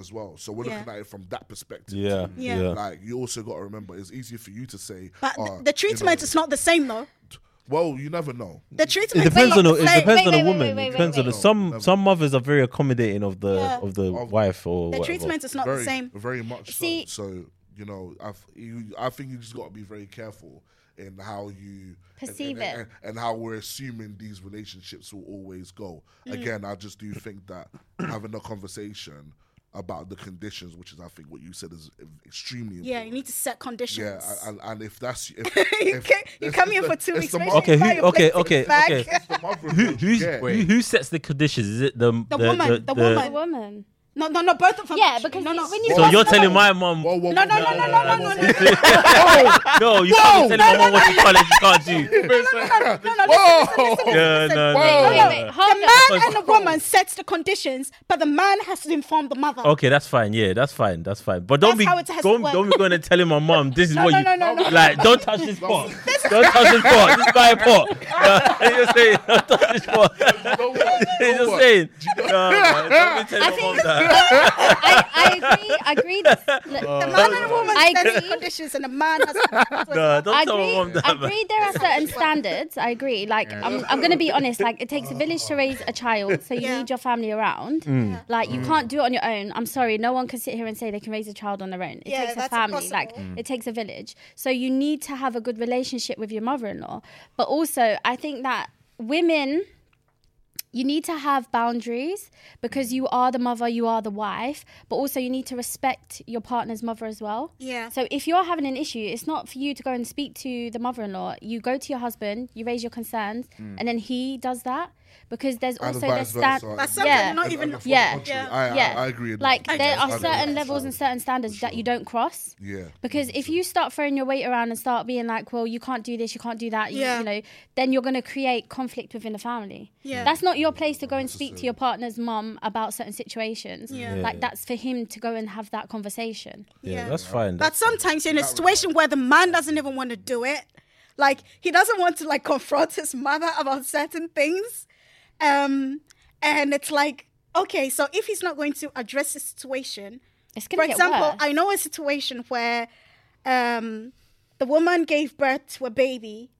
E: as well, so we're
B: Yeah.
E: looking at it from that perspective.
G: Yeah,
E: too.
B: Yeah.
G: yeah.
E: Like you also got to remember, it's easy for you to say,
B: But
E: uh,
B: th-
E: you know,
B: the treatment is not the same though.
E: well, you never know.
B: The treatment
G: It depends
B: is
G: on
B: not
G: the,
B: the
G: it
B: same.
G: depends on the
F: wait, wait,
G: woman.
F: wait,
G: It
F: wait,
G: depends on the,
E: wait.
G: some
E: Level.
G: some mothers are very accommodating of the
B: Yeah.
G: of the wife or
B: The
G: whatever.
B: treatment is not
E: very,
B: the same.
E: Very much
F: See-
E: so. So you know, I've, you, I think you just got to be very careful in how you
F: Perceive
E: and, and-
F: it.
E: and, and how we're assuming these relationships will always go.
B: Mm.
E: Again, I just do think that having a conversation about the conditions, which is I think what you said is extremely important.
B: Yeah, you need to set conditions.
E: Yeah, and, and if that's if,
B: You
E: if
B: ca- you
E: it's-
B: come
E: it's
B: here
E: the-
B: for two
E: it's
B: weeks.
E: the
B: make
E: mo-
B: sure you
G: Okay, who-
B: buy your
G: okay,
B: plastic
G: okay,
B: bag.
G: okay.
E: it's the mother-in-law
G: Who
E: you
G: who's,
E: get.
G: who, who sets the conditions? Is it the the,
B: woman, the woman.
F: The woman.
B: No, no, no, both of them.
F: Yeah,
B: actually.
F: because
B: no, no.
F: when you
G: So
F: pass
G: you're
F: someone-
G: telling my mom?
E: Whoa, whoa,
B: no, no,
E: whoa,
B: no,
E: whoa,
B: no,
E: whoa,
B: no, no,
E: whoa,
B: no,
E: whoa.
B: no, no,
G: No, you can't
E: Whoa!
G: be telling my mom what to college you can't do.
B: no, no, no,
E: Whoa!
B: listen, listen,
G: Yeah,
B: listen, listen.
G: no,
E: Whoa.
G: no,
F: Wait,
G: no,
F: wait,
G: no.
F: hold
B: The
F: on.
B: man and the woman sets the conditions, but the man has to inform the mother.
G: Okay, that's fine. Yeah, that's fine. That's fine. But don't
B: That's how it
G: be
B: has to
G: don't,
B: work.
G: don't be going and telling my mom this is
B: No,
G: what
B: no,
G: you
B: no, no, no.
G: like. Don't touch this pot. don't touch this pot. This is my pot. Uh, you're saying don't touch this pot.
E: Don't worry,
G: you're
E: don't
G: just
E: worry.
G: saying. No, man, don't be telling my mom that.
F: I, I agree. I agree. This,
B: The man and the woman
F: I
B: sets the
F: agree.
B: conditions, and the man has to.
G: No,
F: I
G: don't tell my mom
F: agree,
G: that.
F: I agree there are certain standards. I agree. Like, I'm, I'm going to be honest. Like, it takes a village to raise a child, so you
B: Yeah.
F: need your family around.
G: Mm.
F: Like, you can't do it on your own. I'm sorry. No one can sit here and say they can raise a child on their own. It
B: Yeah,
F: takes a
B: that's
F: family. Like,
B: impossible.
G: Mm.
F: it takes a village. So you need to have a good relationship with your mother-in-law. But also, I think that women you need to have boundaries
E: Mm.
F: because you are the mother, you are the wife, but also you need to respect your partner's mother as well.
B: Yeah.
F: So if you're having an issue, it's not for you to go and speak to the mother in law. You go to your husband, you raise your concerns, and then he does that because there's
E: And
F: also the
E: Mm. vice
F: stand.
E: versa.
B: But
E: Yeah.
B: some
F: Yeah.
B: are not even.
E: For the
F: Yeah.
E: country.
B: Yeah.
E: I,
F: Yeah.
E: I, I agree. with
F: Like
E: that.
F: there
E: I
F: are
E: agree
F: certain
E: with that.
F: levels and certain standards that you don't cross.
E: Yeah.
F: Because if you start throwing your weight around and start being like, well, you can't do this, you can't do that, you,
B: Yeah.
F: you know, then you're going to create conflict within the family.
B: Yeah.
F: That's not your place to go and speak to your partner's mum about certain situations.
B: Yeah.
F: Like, that's for him to go and have that conversation.
G: Yeah, that's fine.
B: But sometimes you're in a situation where the man doesn't even want to do it. Like he doesn't want to like confront his mother about certain things. Um and it's like, okay, so if he's not going to address the situation,
F: It's going
B: for
F: to get
B: example,
F: worse.
B: I know a situation where um the woman gave birth to a baby,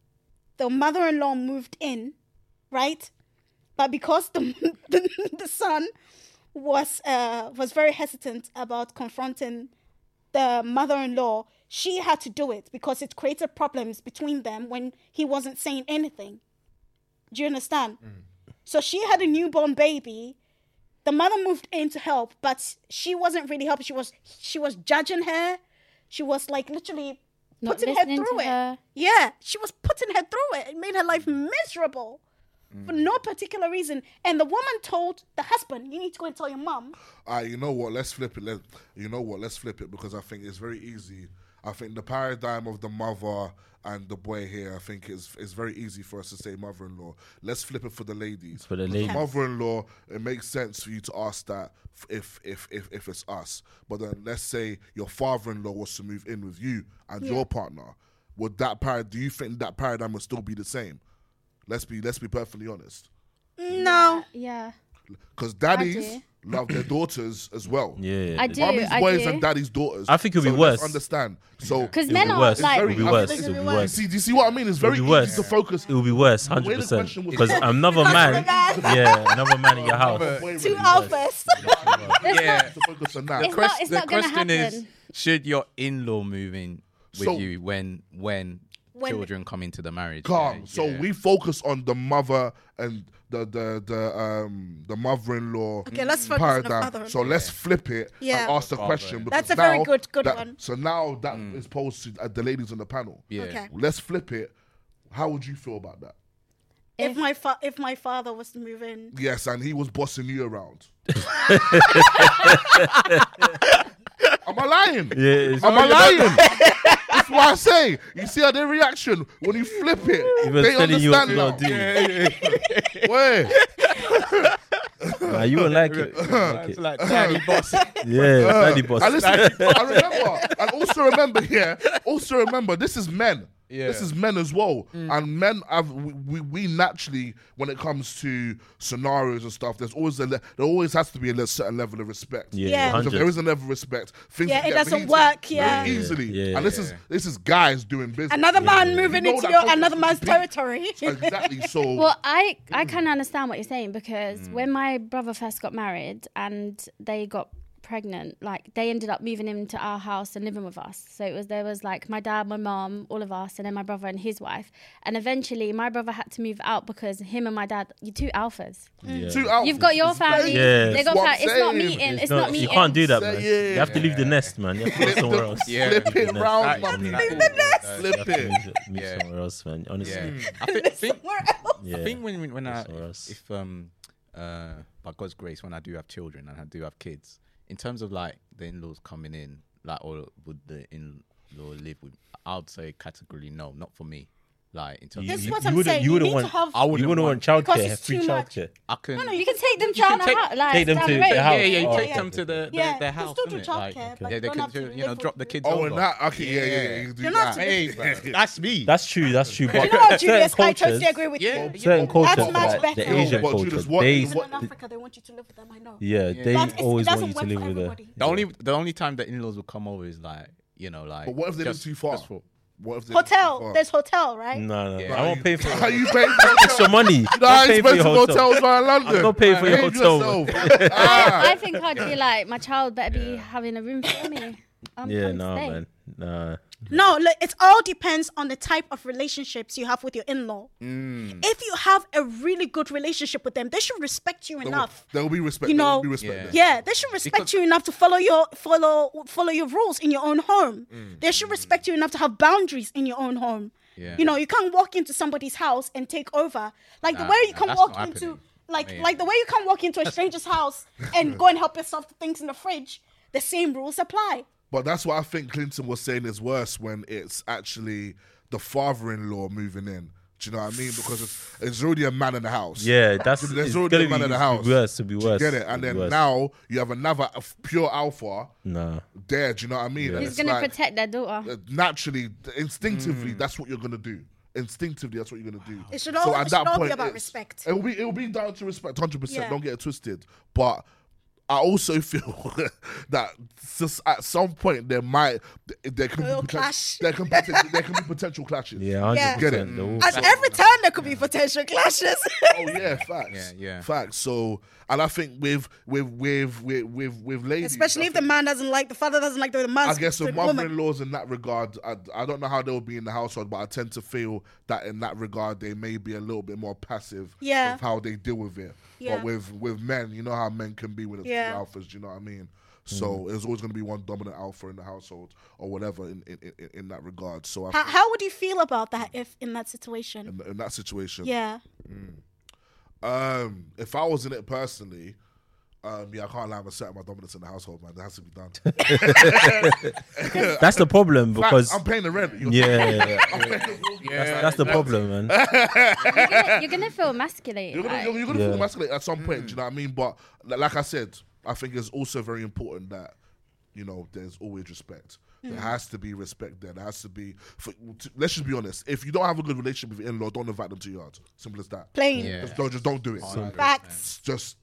B: the mother in law moved in, right? But because the the, the son was uh, was very hesitant about confronting the mother-in-law, she had to do it because it created problems between them when he wasn't saying anything. Do you understand? So she had a newborn baby. The mother moved in to help, but she wasn't really helping. She was she was judging her. She was like literally
F: Not
B: putting her
F: listening to
B: through it.
F: her.
B: Yeah, she was putting her through it. It made her life miserable. for no particular reason. And the woman told the husband, "You need to go and tell your mom."
E: Ah, you know what? Let's flip it. Let you know what? Let's flip it because I think it's very easy. I think the paradigm of the mother and the boy here, I think is is very easy for us to say mother-in-law. Let's flip it for the ladies.
A: for the
E: 'Cause
A: ladies.
E: mother-in-law, it makes sense for you to ask that f- if if if if it's us. But then let's say your father-in-law was to move in with you and your partner. Would that parad? Do you think that paradigm would still be the same? Let's be let's be perfectly honest.
B: No,
F: Yeah.
E: Because daddies
F: do.
E: love their daughters as well.
A: Yeah.
F: I do.
E: Mommy's
F: I
E: boys
F: do.
E: and daddy's daughters.
A: I think it'll be
E: So let's
A: worse.
E: Understand. So
F: Because
A: It'll
F: men
A: be
F: are
A: worse.
F: like,
A: It'll be
E: very-
A: worse.
E: I think
A: It'll be
E: you
A: worse.
E: see, do you see what I mean? It's very
A: be
E: easy
A: worse.
E: to focus.
A: It'll be worse,
E: the
A: hundred percent.
E: question was-
A: Because another man, yeah, another man in your house.
E: Wait,
B: two
E: wait,
B: alphas.
C: yeah.
E: to focus on that.
F: It's
C: Quest-
F: not- it's
C: the
F: not gonna
C: question is,
F: happen.
C: should your in-law move in with
E: So-
C: you when when,
B: When-
C: children come into the marriage?
E: Calm.
C: Yeah,
E: So
C: yeah.
E: we focus on the mother and the the the um the mother-in-law
B: Okay, let's focus on the
E: paradigm.
B: mother-in-law.
E: So let's flip it
B: Yeah.
E: and ask the
A: Oh,
C: Father.
E: question. Because
B: That's a very
E: now
B: good- good
E: that-
B: one.
E: So now that
A: Mm.
E: is posed to uh, the ladies on the panel.
C: yeah.
B: Okay.
E: Let's flip it. How would you feel about that?
B: If my fa- if my father was to move in,
E: Yes, and he was bossing you around. Am I lying?
A: Yeah, it's
E: Am I lying? That's what I say. You see how their reaction when you flip it.
A: was
E: they
A: telling you what
E: understand
A: to
E: now.
A: not do.
E: Wait.
A: Nah, you would like it. You would like it.
G: like daddy boss.
A: Yeah, daddy boss.
E: Uh, I listen. I remember. And also remember here. Also remember, this is men.
G: Yeah.
E: This is men as well.
B: Mm.
E: And men have we, we, we naturally when it comes to scenarios and stuff. There's always a le- there always has to be a le- certain level of respect.
B: Yeah.
A: Yeah,
E: Because if there
A: hundred.
E: isn't ever respect, things
B: Yeah,
E: can
B: it
E: get
B: doesn't
E: heated
B: work,
E: very
B: yeah. Yeah,
E: easily.
A: yeah.
E: And this is this is guys doing business.
B: another man moving
E: You know
B: into
E: that
B: your
E: concept
B: another
E: is
B: man's
E: big.
B: territory.
E: exactly. So
F: Well, I I kind of understand what you're saying because when my brother first got married and they got pregnant, like they ended up moving into our house and living with us. So it was there was like my dad, my mom, all of us, and then my brother and his wife. And eventually, my brother had to move out because him and my dad, you're two alphas.
E: two out.
F: You've got your family.
A: Yeah.
F: They got
E: That's what
F: fa-
E: I'm
F: It's not
E: saying.
F: meeting. It's,
A: No,
F: not meeting.
A: you can't do that,
E: Say
A: man.
E: yeah.
A: You have to leave the nest, man. You have to
E: Flip
A: move
E: the-
A: somewhere else.
C: Yeah.
E: Flip it
A: Yeah.
E: round,
C: That is
E: man.
C: not
B: Leave the
C: good.
B: nest.
C: That's
E: Flip
C: definitely-
E: it.
A: Move
C: Yeah.
A: somewhere else, man. Honestly.
C: Yeah. Mm. I thi- think
B: Somewhere else.
A: Yeah.
C: I think when when, when I
A: That's alright.
C: if, if um uh by God's grace when I do have children and I do have kids, in terms of like the in laws coming in, like or would the in law live with I'd say categorically no, not for me. Like in terms
A: You-
B: This
C: of
B: is
A: you-
B: what
A: you
B: I'm
A: wouldn't-
B: saying.
A: you
B: You,
A: wouldn't
B: need
A: want-
B: to have.
C: I
A: You
C: wouldn't
A: wouldn't want
C: want
A: childcare,
B: Because it's
A: free
B: too much.
A: childcare.
C: I can
B: no, no,
F: You
B: you
F: can take them
C: can
F: down the
C: take-
F: house, like
A: take them
F: down
A: to
F: the road.
A: the house.
C: yeah, yeah, you
A: Oh,
C: take
A: okay,
C: them to
A: okay.
C: the, the
B: Yeah,
C: their
B: just
C: house.
B: do the
C: innit?
B: childcare,
C: Like,
B: but
C: yeah,
B: you
C: they
B: don't
C: can
B: have to
C: ju- you know
B: live
C: drop
B: with
C: the
B: them.
C: kids.
E: Oh,
C: over.
E: and that okay, yeah, yeah, yeah. You can do
B: You're
E: that.
B: not
C: Hey, bro, that's me.
A: That's true. That's true. But
B: You know what,
A: certain
B: Julius? I
A: cultures,
B: totally agree with
C: yeah,
B: you.
C: yeah.
A: certain cultures,
B: That's much
A: like the
B: better.
A: Asian
E: But
A: culture,
E: Julius, what-
A: they
B: Even in Africa, they want you to live with them. I know.
A: yeah, they
B: But it's-
A: always
B: it doesn't
A: want you to
B: work
A: live
B: for
A: with her.
B: everybody.
C: The only the only time the in laws will come over is like you know like.
E: But what if they live
C: just-
E: too far?
C: just for-
E: What if they live too
B: Hotel.
E: far?
B: There's hotel, right?
A: No, no,
C: Yeah.
A: I won't pay for
E: How
A: it.
E: you paying for hotel?
A: Extra money.
E: You know how
A: I'll pay for your
E: expensive
A: hotel.
E: hotels are in London.
A: not paying for your
E: Behave
A: hotel.
E: yourself. Ah.
F: I, I think I'd be like, my child better be having a room for me. I'm
A: Yeah,
F: I'm
A: no,
F: staying.
A: man, nah.
B: No, look, it all depends on the type of relationships you have with your in-law. If you have a really good relationship with them, they should respect you
E: There will-
B: enough.
E: There will be respect.
B: You
E: there
B: know,
E: will be respect. there.
B: yeah, they should respect
C: Because-
B: you enough to follow your follow follow your rules in your own home. They should respect you enough to have boundaries in your own home.
C: Mm. Yeah.
B: You know, you can't walk into somebody's house and take over. Like the
C: Nah,
B: way you
C: nah,
B: can
C: that's
B: walk
C: not
B: into
C: happening.
B: like
C: Yeah.
B: like the way you can walk into a stranger's house and go and help yourself to things in the fridge. The same rules apply.
E: But that's what I think Clinton was saying is worse when it's actually the father-in-law moving in. Do you know what I mean? Because it's, it's already a man in the house.
A: Yeah, that's
E: There's
A: it's
E: already
A: gonna
E: a man
A: be
E: in the house.
A: worse. To be
E: Do you
A: worse.
E: get it?
A: it'll
E: And
A: be
E: then
A: worse.
E: now you have another f- pure alpha
A: nah.
E: there. Do you know what I mean? And
F: Who's
E: it's
F: going
E: like-
F: to protect their daughter?
E: uh, naturally, th-
C: Mm.
E: instinctively, that's what you're gonna do. Instinctively, that's what you're gonna do.
B: It should all- it should all be about
E: it's-
B: respect.
E: It will be it will be down to respect, hundred percent.
B: Yeah.
E: Don't get it twisted. But I also feel that s- at some point there might there can
B: It'll
E: be poten-
B: clash.
E: There can, poten- there can be potential clashes.
A: Yeah, hundred
B: Yeah.
E: Get it?
A: percent. They're all
B: At every turn, there could be potential clashes.
E: Oh yeah, facts.
C: Yeah, yeah.
E: facts. So, and I think with with with with with, with ladies,
B: Especially
E: I
B: if the
E: think-
B: man doesn't like the father doesn't like the man.
E: I guess the
B: the woman.
E: mother-in-laws in that regard, I, I don't know how they'll be in the household, but I tend to feel that in that regard they may be a little bit more passive
B: Yeah.
E: of how they deal with it.
B: Yeah.
E: But with with men, you know how men can be with the
B: Yeah.
E: alphas, do you know what I mean? So
A: Mm.
E: there's always going to be one dominant alpha in the household or whatever in in, in, in that regard. So I,
B: How, how would you feel about that if in that situation?
E: in, in that situation,
B: Yeah.
E: Um, if I was in it personally, um, yeah, I can't lie, I'm asserting my dominance in the household, man. That has to be done.
A: That's the problem because
E: I'm paying the rent. You're
A: yeah, yeah, yeah.
E: I'm paying the mortgage.
A: that's the problem, man.
F: You're gonna, you're gonna feel emasculated.
E: You're gonna,
F: like-
E: you're, gonna
A: Yeah.
E: feel emasculated at some
B: Mm.
E: point. Do you know what I mean? But li- like I said, I think it's also very important that you know there's always respect.
B: Mm.
E: There has to be respect. There, there has to be. For, to- let's just be honest. If you don't have a good relationship with your in-law, don't invite them to your yard. Simple as that.
B: Plain
C: Yeah.
E: Just don't, just don't do it. Like,
B: facts.
E: Just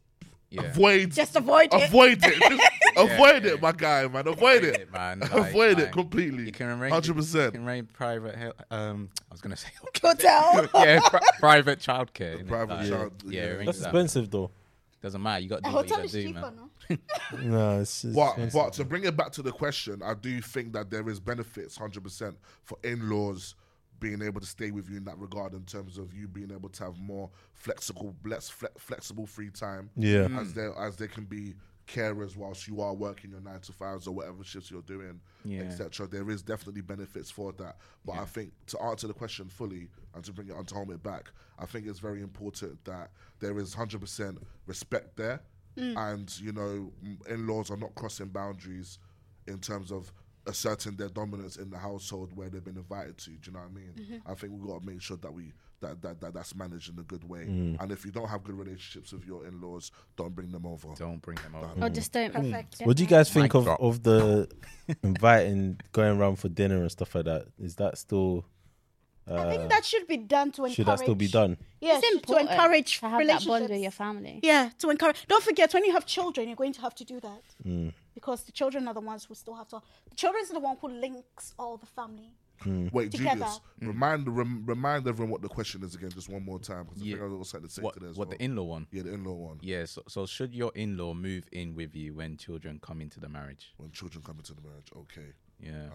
C: Yeah.
E: avoid.
B: Just avoid it.
E: Avoid it. Just avoid it, my guy, man. Avoid
C: Avoid
E: it,
C: it, man. Like-
E: Avoid it
C: like,
E: completely.
C: You can arrange.
E: Hundred
C: You
E: percent.
C: can arrange private. he- Um, I was gonna say.
B: Hotel.
C: yeah, pri- private childcare. innit?
E: Private
C: Like,
E: child-
C: Yeah,
E: yeah.
C: arrange
A: That's
C: that.
A: expensive though.
C: Doesn't matter. You got to
B: A
C: do what you
B: hotel
C: got
B: is
C: to do,
B: cheaper,
C: man.
B: no?
A: No, it's, it's
E: But
A: expensive.
E: but to bring it back to the question, I do think that there is benefits, hundred percent, for in-laws being able to stay with you in that regard, in terms of you being able to have more flexible, less fle- flexible free time.
A: Yeah.
E: as they as they can be carers whilst you are working your nine to fives or whatever shifts you're doing,
C: Yeah.
E: etc. There is definitely benefits for that, but I think to answer the question fully and to bring it onto home it back, I think it's very important that there is hundred percent respect there, and you know m- in-laws are not crossing boundaries in terms of asserting their dominance in the household where they've been invited to. Do you know what I mean? I think we've got to make sure that we that, that, that that's managed in a good way. And if you don't have good relationships with your in-laws, don't bring them over.
C: Don't bring them over.
F: or just don't.
B: Perfect.
A: What do you guys think
C: Mic
A: of,
C: drop.
A: of the inviting going around for dinner and stuff like that? Is that still
B: I think that should be done to encourage.
A: Uh, should that still be done?
B: Yeah,
F: It's
B: sh- to
F: important
B: encourage
F: to have that bond with your
B: relationships.
F: family.
B: Yeah, to encourage. Don't forget, when you have children, you're going to have to do that
A: Hmm.
B: because the children are the ones who still have to. The children is the one who links all the family.
E: Wait,
B: Together.
E: Julius, remind rem, remind everyone what the question is again, just one more time, because
C: Yeah.
E: I think I was excited to say
C: What?
E: to this.
C: What the in-law one?
E: yeah, the in-law one
C: Yeah. So, so should your in-law move in with you when children come into the marriage?
E: when children come into the marriage. Okay,
C: Yeah.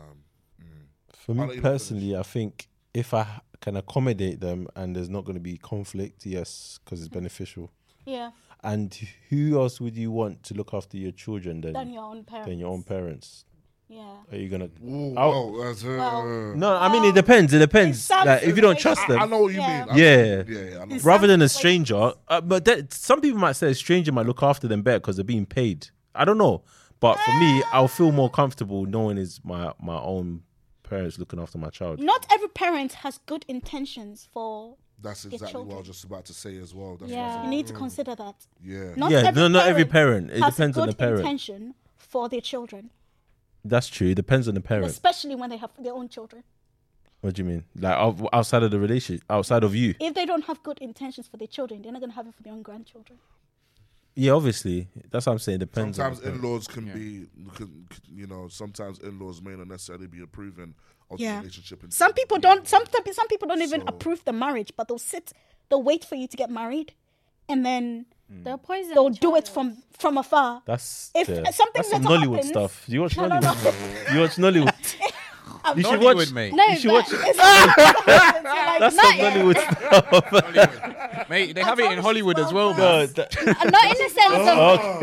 A: For me
E: let you lot finish.
A: personally, I think if I ha- can accommodate them and there's not going to be conflict, yes, because it's beneficial.
B: Yeah,
A: And who else would you want to look after your children then?
B: than your own parents.
A: than your own parents.
B: Yeah.
A: Are you gonna?
E: Ooh,
A: I'll-
E: oh, that's, uh,
B: Well,
A: No, I mean it depends. It depends.
B: some
A: Um, Like if you don't trust
B: situations-
A: them,
E: I know what you
B: Yeah.
E: mean. I-
A: Yeah.
E: yeah, yeah. I know.
B: It's-
A: rather than a
B: Some
A: stranger. Uh, but that, some people might say a stranger might look after them better because they're being paid. I don't know, but for me, I'll feel more comfortable knowing it's my my own parents looking after my child.
B: Not every parent has good intentions for.
E: That's exactly what I
B: children.
E: was just about to say as well. That's
F: Yeah.
E: what
B: You need to consider that.
E: yeah.
B: Not
A: Hmm. Yeah,
B: every
A: no, not every parent. It
B: has
A: depends on
B: good
A: the parent.
B: intention for their children,
A: That's true. It depends on the parent.
B: especially when they have their own children.
A: What do you mean? Like ou- outside of the relationship, outside of you?
B: If they don't have good intentions for their children, they're not going to have it for their own grandchildren.
A: Yeah, obviously. That's what I'm saying. It depends.
E: Sometimes
A: on the parent.
E: in-laws can be, can, you know, sometimes in-laws may not necessarily be approving of the
B: Yeah.
E: relationship. and-
B: Some people don't. Some some people don't even
E: So-
B: approve the marriage, but they'll sit. They'll wait for you to get married, and then
F: They'll poison.
B: they'll
F: the
B: do it
F: child.
B: from from afar.
A: That's
B: If
A: yeah.
B: something
A: That's some
B: little
A: Nollywood
B: happens-
A: stuff. You watch
B: No, no,
A: Nollywood.
B: no.
A: you watch Nollywood. you should
C: Nollywood,
A: watch.
C: mate.
F: No,
A: You should
F: but
A: watch.
B: It's like,
A: That's
F: not
A: some
F: yet.
A: Nollywood stuff.
C: Mate, they have it
B: told
C: in
B: you
C: Hollywood
B: she's
C: as well,
B: well-versed.
C: man.
A: No, that-
F: Uh, not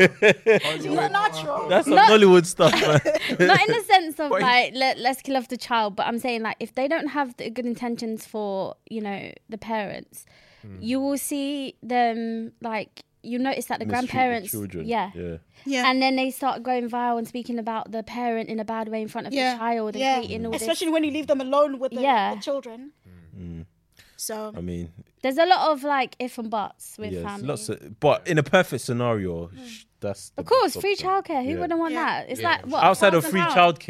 F: in the sense of
A: Oh.
B: not natural.
A: that's some
F: No.
A: Nollywood stuff. man.
F: not in the sense of like let, let's kill off the child but i'm saying like if they don't have the good intentions for you know the parents
A: Hmm.
F: you will see them like you notice that the
A: Mistreat
F: grandparents
A: children.
F: yeah
A: Yeah.
B: yeah.
F: and then they start going vile and speaking about the parent in a bad way in front of the child and creating all
B: Especially when you leave them alone with the,
F: Yeah.
B: the children. So
A: I mean,
F: this. There's a lot of like if and buts with
A: yes,
F: family.
A: lots of. But in a perfect scenario, sh- that's the
F: of course,
A: best
F: free
A: option.
F: childcare. Who
A: Yeah.
F: wouldn't want
B: Yeah.
F: that? It's like what
A: Outside of
F: £1,000?
A: free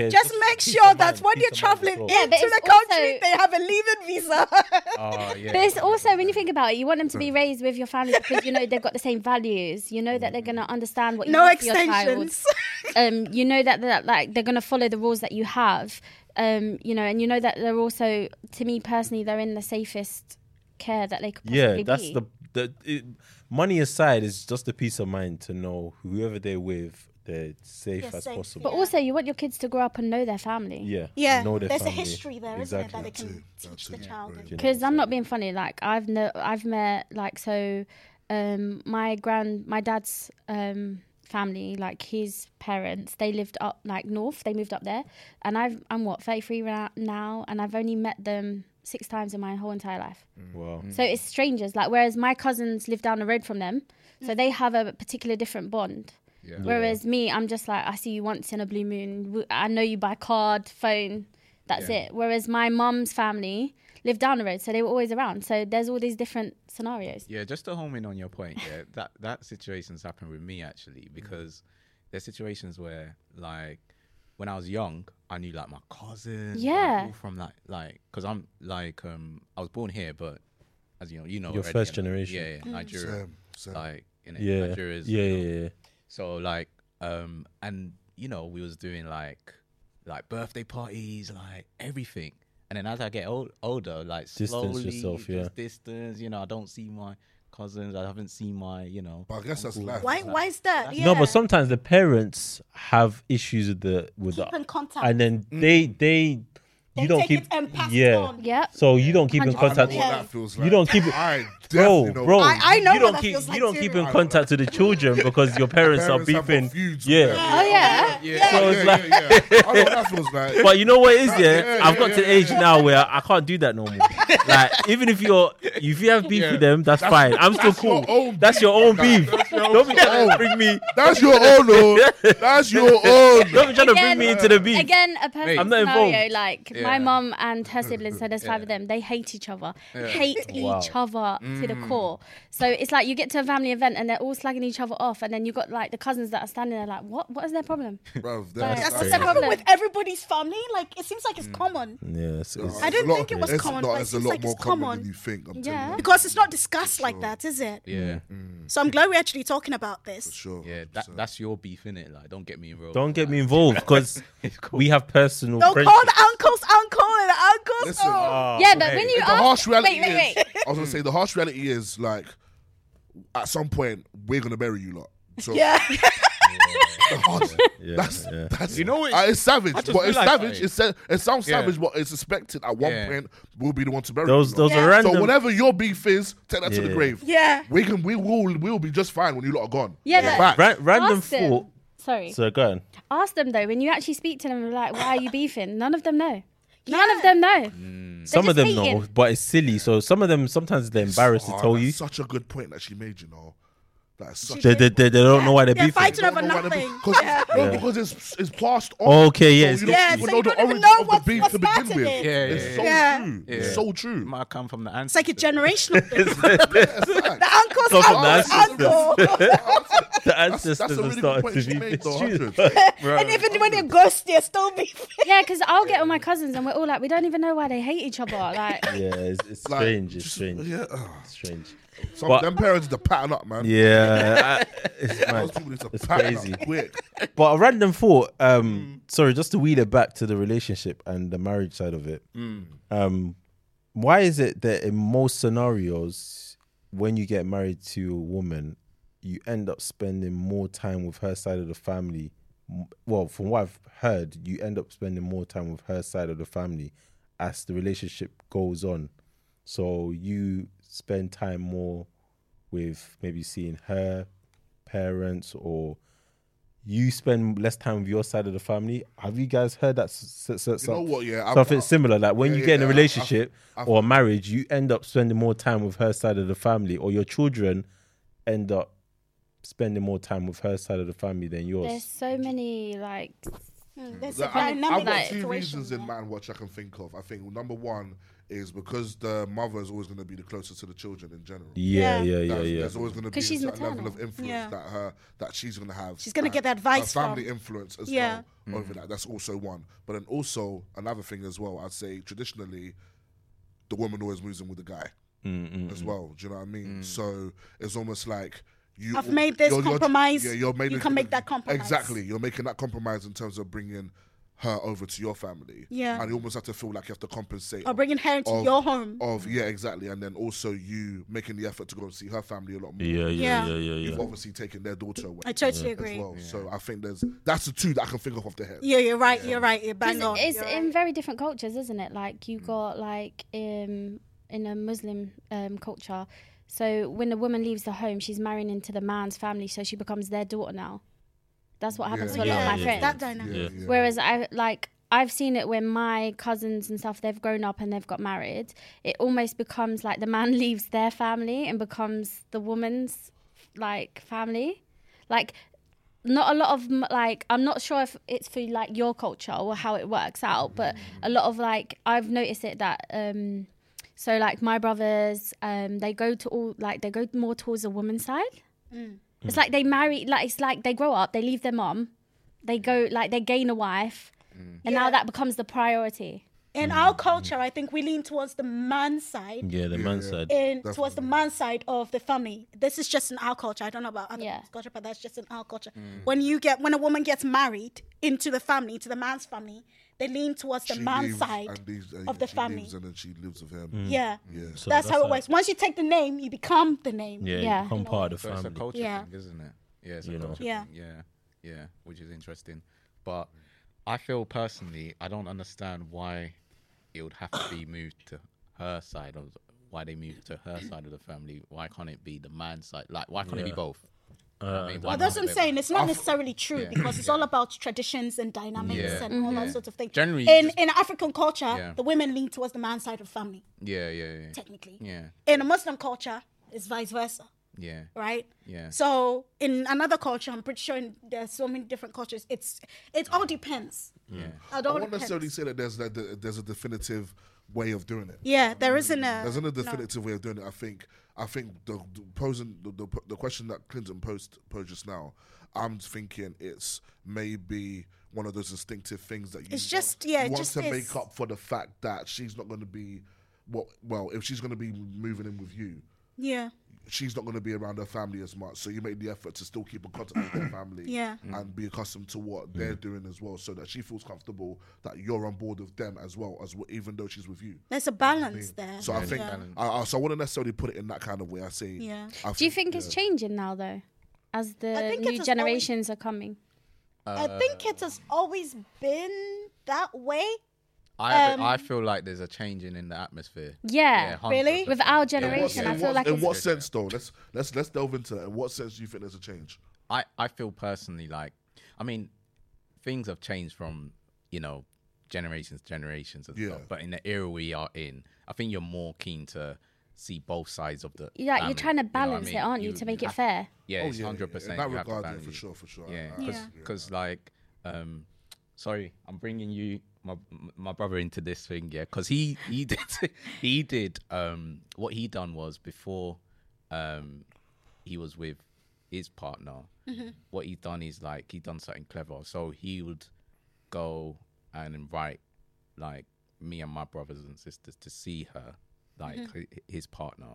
A: childcare,
B: just make sure that when you're traveling
A: traveling
F: Yeah,
B: into
F: but
B: the
F: it's
B: country,
F: also-
B: they have a leaving visa.
C: Oh, yeah.
F: But it's also when you think about it, you want them to
A: Mm.
F: be raised with your family because you know they've got the same values. You know that they're
A: Mm-hmm.
F: gonna understand what you
B: no
F: want for your child.
B: extensions.
F: um, you know that, that like they're gonna follow the rules that you have, um, you know, and you know that they're also, to me personally, they're in the safest care that they could possibly
A: Yeah, that's
F: be.
A: the the it, money aside. It's just the peace of mind to know whoever they're with, they're safe
B: They're
A: as
B: safe,
A: possible.
F: But also, you want your kids to grow up and know their family.
A: Yeah,
B: yeah,
A: know their
B: there's a
A: family.
B: history there,
A: exactly.
B: not it, that they can
E: That's it,
B: teach
E: that's
B: the
E: it,
B: child.
E: brilliant.
F: Because I'm not being funny. Like I've no, I've met like so, um, my grand, my dad's um family, like his parents, they lived up like north. They moved up there, and I've I'm what 33 ra- now, and I've only met them six times in my whole entire life.
B: Mm.
C: Wow.
F: So it's strangers. Like whereas my cousins live down the road from them, so they have a particular different bond.
C: Yeah.
F: Whereas me, I'm just like I see you once in a blue moon. W- I know you by card, phone. That's
C: Yeah.
F: it. Whereas my mum's family lived down the road, so they were always around. So there's all these different scenarios.
C: Yeah, just to home in on your point, yeah, that that situation's happened with me actually
E: Mm.
C: because there's situations where like when I was young, I knew like my cousins, like,
F: Yeah.
C: all from like like because I'm like um I was born here, but as you know, you know,
A: You're
C: already,
A: first
C: and,
A: generation.
C: yeah, yeah Nigeria,
E: Mm. Same, same.
C: like in
A: Yeah.
C: Nigeria's,
A: yeah,
C: you know,
A: yeah, yeah.
C: so like, um, and you know, we was doing like, like birthday parties, like everything. And then as I get old, older, like
A: Distance
C: slowly,
A: yourself, yeah.
C: just distance. You know, I don't see my cousins. I haven't seen my, you know.
E: But I guess that's life.
B: Why? Why is that? Yeah.
A: No, but sometimes the parents have issues with the with
B: Keep
A: the,
B: in contact.
A: and then
E: Mm.
A: they they
B: They
A: you don't
B: take
A: keep
B: it and pass it
A: yeah.
B: on.
F: Yeah.
A: So you don't keep in
F: 100%.
E: I know
A: contact.
E: what
B: Yeah.
E: that feels
A: You
E: like.
A: don't keep it-
E: I
A: Bro,
E: definitely know.
A: bro,
B: I- I know
A: you
B: what
A: don't
B: that
A: keep
B: feels
A: you
B: like
A: don't
B: too.
A: keep in contact with the children because your parents,
E: Parents
A: are
E: have got
A: beefing.
E: feuds with
A: yeah.
E: them.
F: Oh yeah.
E: Yeah,
A: So it's
E: yeah, yeah, yeah. I know what that feels like.
A: But you know what it is, yeah?
E: Yeah,
A: I've
E: yeah,
A: got to
E: yeah,
A: the age now where I can't do that no more. like, even if you're, if you have beef
E: Yeah.
A: with them, that's, fine. I'm still cool.
E: your own
A: that's your own beef. don't be trying to
E: own.
A: bring me.
E: That's your own, though. That's your own.
A: Don't be trying to bring me into the beef.
F: Again, a perfect
A: I'm not
F: scenario.
A: involved.
F: Like
C: Yeah.
F: my mum and her siblings, so there's five of them. They hate each other, hate each other to the core. So it's like you get to a family event and they're all slagging each other off, and then you got like the cousins that are standing there like, what? What is their problem?
E: Bruv,
F: That's
B: That's
F: crazy.
B: the
F: Yeah.
B: problem with everybody's family. Like it seems like
E: Mm.
B: it's common
A: Yeah, it's, it's,
B: I
E: It's a
B: didn't
E: lot-
B: think it was
E: it's
B: common,
E: Not,
B: but it
E: it's a
B: seems
E: lot
B: like
E: more
B: it's
E: common,
B: common.
E: than you think. I'm
F: Yeah.
E: telling you.
B: because it's not discussed like that, is it?
C: Yeah,
A: Mm.
E: Mm,
B: So I'm glad we're actually talking about
E: For
B: this.
E: sure.
C: yeah. That, that's your beef in it. Like, don't get me involved.
A: don't get me
C: Like,
A: involved because
C: It's cool.
A: we have personal
B: Don't
A: friendships.
B: call the uncles, uncle, and uncles.
E: Listen. uh,
B: oh.
F: yeah, but when you
E: the
F: ask,
E: harsh
F: wait,
E: reality
F: wait,
E: is,
F: wait.
E: I was gonna say the harsh reality is like, at some point we're gonna bury you lot. So
B: Yeah.
E: the harsh- that's
A: yeah.
E: that's
C: You know what?
E: uh, it's savage,
C: I just
E: but it's
C: realised
E: savage.
C: something.
E: It's sa- it sounds
C: Yeah.
E: savage, but it's expected at one
C: Yeah.
E: point we'll be the one to bury.
A: Those,
E: you lot.
A: those
B: Yeah.
A: are random.
E: so whatever your beef is, take that to the
A: Yeah.
E: grave.
B: Yeah.
E: We can we will we will be just fine when you lot are gone.
F: Yeah, but-
E: Facts.
A: Ra- random
F: Ask them.
A: thought.
F: Sorry.
A: So go on.
F: ask them though. When you actually speak to them, like, why are you beefing? None of them know. None of them know.
A: Some of
F: just
A: them know,
F: hating.
A: but it's silly. So some of them sometimes they're embarrassed to
E: Oh,
A: tell
E: that's
A: you.
E: Such a good point that she made. You know, that's such.
A: They, they, they, they don't know why they're
B: They're
A: beefing.
B: fighting over nothing.
E: Because, no, because it's it's passed on.
A: Okay, yeah, it's
E: so you don't
B: Yeah,
E: even
B: so
E: know
B: you
E: the
B: don't even
E: origin
B: know
E: of
B: what's-
E: the beef
B: what's
E: to begin
B: started
E: with.
B: it.
C: Yeah, yeah,
E: it's so
B: yeah.
E: true.
C: Yeah.
E: It's so true.
C: Might come from the
B: It's
C: answer.
B: like a generational thing.
E: Facts.
B: The uncles,
A: Come from the
B: uncles, uncle.
A: the
E: That's, that's a
A: ancestors are
E: really good
A: starting
E: point she
A: to be
E: made, though.
A: misused.
E: 100.
B: and even when they're ghosts, they're still beefing.
F: Yeah, because I'll get with my cousins and we're all like, we don't even know why they hate each other. Like,
A: Yeah, it's, it's
E: Like,
A: strange. It's
E: just-
A: strange.
E: Yeah, ugh.
A: It's strange.
E: some
A: But-
E: them parents to pattern up, man.
A: Yeah, I- it's
E: Those
A: mad.
E: people need to
A: It's
E: pattern
A: crazy.
E: up quick.
A: But a random thought. Um,
E: mm.
A: sorry, just to wheel it back to the relationship and the marriage side of it. Um, why is it that in most scenarios, when you get married to a woman, you end up spending more time with her side of the family? M- Well, from what I've heard, you end up spending more time with her side of the family as the relationship goes on. So you spend time more with maybe seeing her parents or you spend less time with your side of the family. Have you guys heard that? S- s- s-
E: You know what? Yeah, I've-
A: something similar. Like when
E: Yeah,
A: you
E: yeah,
A: get in
E: yeah,
A: a
E: I've-
A: relationship
E: I've-
A: or a marriage, you end up spending more time with her side of the family, or your children end up spending more time with her side of the family than
F: there's
A: yours.
F: so many like
B: There's a
E: Like, I- I've
B: dynamic
E: got two
B: situation.
E: reasons in mind which I can think of. I think number one is because the mother is always going to be the closest to the children in general.
A: Yeah, yeah, yeah,
E: There's,
A: yeah.
E: there's always going to be a
F: 'Cause she's
E: certain level
F: maternal.
E: of influence
B: Yeah.
E: that her that she's going to have.
B: She's gonna
E: to
B: get that advice
E: Her family
B: from.
E: influence as
B: Yeah.
E: well over
A: Mm-hmm.
E: that. That's also one. But then also another thing as well. I'd say traditionally, the woman always moves in with the guy as well. Do you know what I mean? So it's almost like. You,
B: Mm. I've made this compromise.
E: yeah, you're made
B: You
E: this-
B: can make that compromise.
E: Exactly, you're making that compromise in terms of bringing her over to your family.
B: Yeah.
E: and you almost have to feel like you have to compensate
B: Or bringing her into
E: of-
B: your home.
E: of yeah, exactly, and then also you making the effort to go and see her family a lot more.
A: Yeah, yeah, yeah,
B: Yeah.
A: yeah, yeah.
E: You've obviously taken their daughter away
B: I totally
E: as
B: agree.
E: well. So I think there's that's the two that I can think of off the head.
B: Yeah, you're right. You're right. You're bang on.
F: it's
B: you're
F: in
B: right. Mm.
F: very different cultures, isn't it? Like you got like um, in a Muslim um, culture. So when a woman leaves the home, she's marrying into the man's family, so she becomes their daughter now. That's what happens
E: Yeah.
F: to a lot of my
A: Yeah.
F: friends.
B: That dynamic.
A: Yeah.
E: Yeah.
F: Whereas I like I've seen it when my cousins and stuff they've grown up and they've got married. It almost becomes like the man leaves their family and becomes the woman's like family. Like not a lot of m- like I'm not sure if it's for like your culture or how it works out, but a lot of like I've noticed it that um so like my brothers um they go to all like they go more towards the woman's side.
B: Mm.
F: It's like they marry like it's like they grow up, they leave their mom, they go like they gain a wife. And now
B: Yeah.
F: that becomes the priority.
B: In our culture, I think we lean towards the man side
A: Yeah, the man said.
B: and towards the man side of the family. This is just in our culture. I don't know about other
F: Yeah.
B: people's culture, but that's just in our culture. When you get when a woman gets married into the family, to the man's family, they lean towards the
E: She
B: man's
E: leaves
B: side
E: and leaves- and
B: of the
E: she
B: family.
E: leaves and then she lives with him.
B: Yeah.
E: Yeah.
A: Mm. So
B: that's, how it
A: like-
B: works. Once you take the name, you become the name.
A: Yeah,
F: Yeah.
A: you become part of the
C: So it's a
A: family.
C: culture
B: Yeah.
C: thing, isn't it? Yeah, it's a
A: You know.
C: culture
B: Yeah.
C: thing. Yeah, yeah, which is interesting. But I feel personally, I don't understand why it would have to be moved to her side of why they moved to her side of the family. Why can't it be the man's side? Like, why can't it be
A: Yeah.
C: both? I mean, why
B: Well, that's
C: can't
B: what I'm
C: they-
B: saying. It's not necessarily true
C: yeah,
B: because it's all about traditions and dynamics
C: Yeah,
B: and all
E: Mm-hmm.
C: yeah.
B: that sort of thing.
C: Generally, you
B: in
C: just-
B: in African culture,
C: Yeah.
B: the women lean towards the man's side of the family,
C: Yeah, yeah, yeah.
B: technically.
C: Yeah,
B: In a Muslim culture, it's vice versa,
C: yeah,
B: right?
C: yeah.
B: So in another culture, I'm pretty sure in, there's so many different cultures. It's it all depends.
C: yeah.
B: It
E: I
B: all
E: won't
B: depends.
E: necessarily say that there's like the, there's a definitive way of doing it.
B: Yeah, there isn't a.
E: There's another definitive way of doing it. I think. I think the, the posing the, the, the question that Clinton posed posed just now. I'm thinking it's maybe one of those instinctive things that you
B: It's
E: want-
B: just- yeah,
E: you
B: it
E: want
B: just
E: to
B: is.
E: make up for the fact that she's not going to be what well if she's going to be moving in with you
B: yeah,
E: she's not going to be around her family as much. So you make the effort to still keep in contact with her family
B: Yeah.
E: and be accustomed to what they're doing as well, so that she feels comfortable that you're on board with them as well as w- even though she's with you.
B: there's a balance there.
E: So I think
B: yeah.
E: I, I, so I wouldn't necessarily put it in that kind of way. I say,
B: Yeah.
E: I
F: Do you think it's changing now though? As the
B: think it
F: new
B: has
F: generations are coming.
B: I think it has always been that way.
C: I I feel like there's a changing in the atmosphere.
F: Yeah.
B: Um, Really?
C: 100%.
F: With our
E: In what,
F: generation,
E: in
F: I feel
E: what-
F: like
E: in
F: it's
E: what sense though? Let's let's let's delve into that. In what sense do you think there's a change?
C: I, I feel personally like, I mean, things have changed from, you know, generations, generations and stuff.
E: Yeah.
C: But in the era we are in, I think you're more keen to see both sides of the.
F: Yeah, you're
C: family,
F: trying to
C: you know what I
F: balance
C: mean?
F: it, aren't you, to make it fair?
C: Oh, Yeah, it's
E: Oh, yeah, yeah,
C: hundred
E: In
C: percent.
E: that
C: you have to
E: regard, yeah,
C: balance
E: for
C: it.
E: sure, for sure. I-
C: Yeah,
E: I-
B: Yeah.
C: because like, um, sorry, I'm bringing you my my brother into this thing, yeah, because he he did he did um what he done was before um he was with his partner. What he done is like he done something clever, so he would go and invite like me and my brothers and sisters to see her like hi- his partner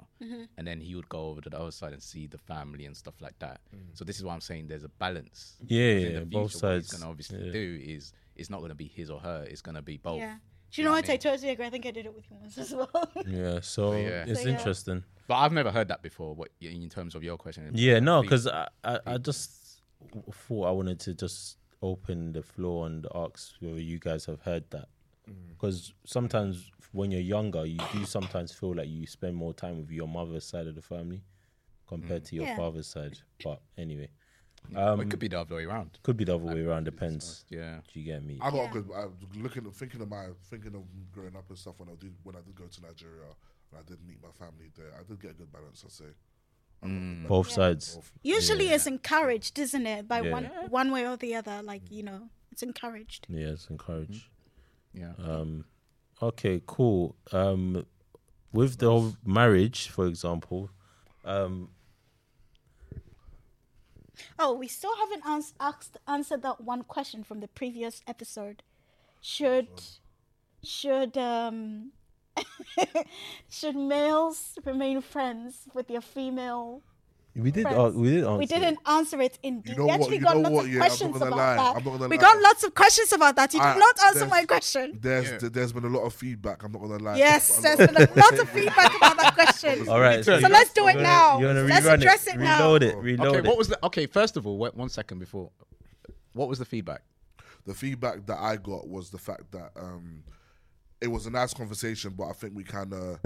C: and then he would go over to the other side and see the family and stuff like that so this is why i'm saying there's a balance
A: Mm. Yeah,
C: 'Cause in
A: yeah,
C: the
A: both
C: future, what he's
A: sides,
C: gonna obviously
A: yeah.
C: do is it's not gonna be his or her it's gonna be both
B: Yeah. Do you know what? I totally agree. I think I did it with you once as well.
A: Yeah, so
C: yeah.
A: it's
B: So, yeah.
A: interesting.
C: but i've never heard that before what in terms of your question
A: Yeah, no, because I, I, I just w- thought I wanted to just open the floor and ask whether you guys have heard that. Because sometimes when you're younger, you do sometimes feel like you spend more time with your mother's side of the family compared to your
B: Yeah.
A: father's side. But anyway,
C: Or
A: um,
C: it could be the other way around
A: could be the other way around. Depends.
C: yeah
A: Do you get me?
E: I got good. I looking, thinking of my, thinking of growing up and stuff. When I did, when I did go to Nigeria, and I did meet my family there, I did get a good balance. I'd say.
C: Mm.
A: Both sides.
B: Usually, it's encouraged, isn't it? By
A: Yeah.
B: one one way or the other, like you know, it's encouraged.
A: Yeah, it's encouraged.
C: yeah
A: Okay, cool. Um, with the whole marriage, for example, um,
B: Oh, we still haven't ans- asked answered that one question from the previous episode. Should should um should males remain friends with their female?
A: we did.
B: Friends.
A: we did.
B: We didn't answer it in
E: You
B: detail.
E: know
B: we
E: what,
B: actually
E: you
B: got
E: know
B: lots
E: what,
B: of
E: yeah, I'm not
B: questions
E: gonna
B: about
E: lie,
B: that.
E: I'm not gonna
B: we
E: lie.
B: got lots of questions about that. You did
E: I-
B: not answer
E: there's-
B: my question.
E: There's there's been a lot of feedback. I'm not gonna lie.
B: Yes,
E: A
B: there's
E: lot
B: been
E: of-
B: a lot of feedback about that question.
A: All right.
B: So let's do it now.
A: You wanna
B: Let's
A: rerun
B: address
A: it,
B: it now.
A: Reload it. Reload
C: okay
A: it.
C: what was the okay first of all wait, one second before what was the feedback
E: the feedback that I got was the fact that um, it was a nice conversation, but I think we kind of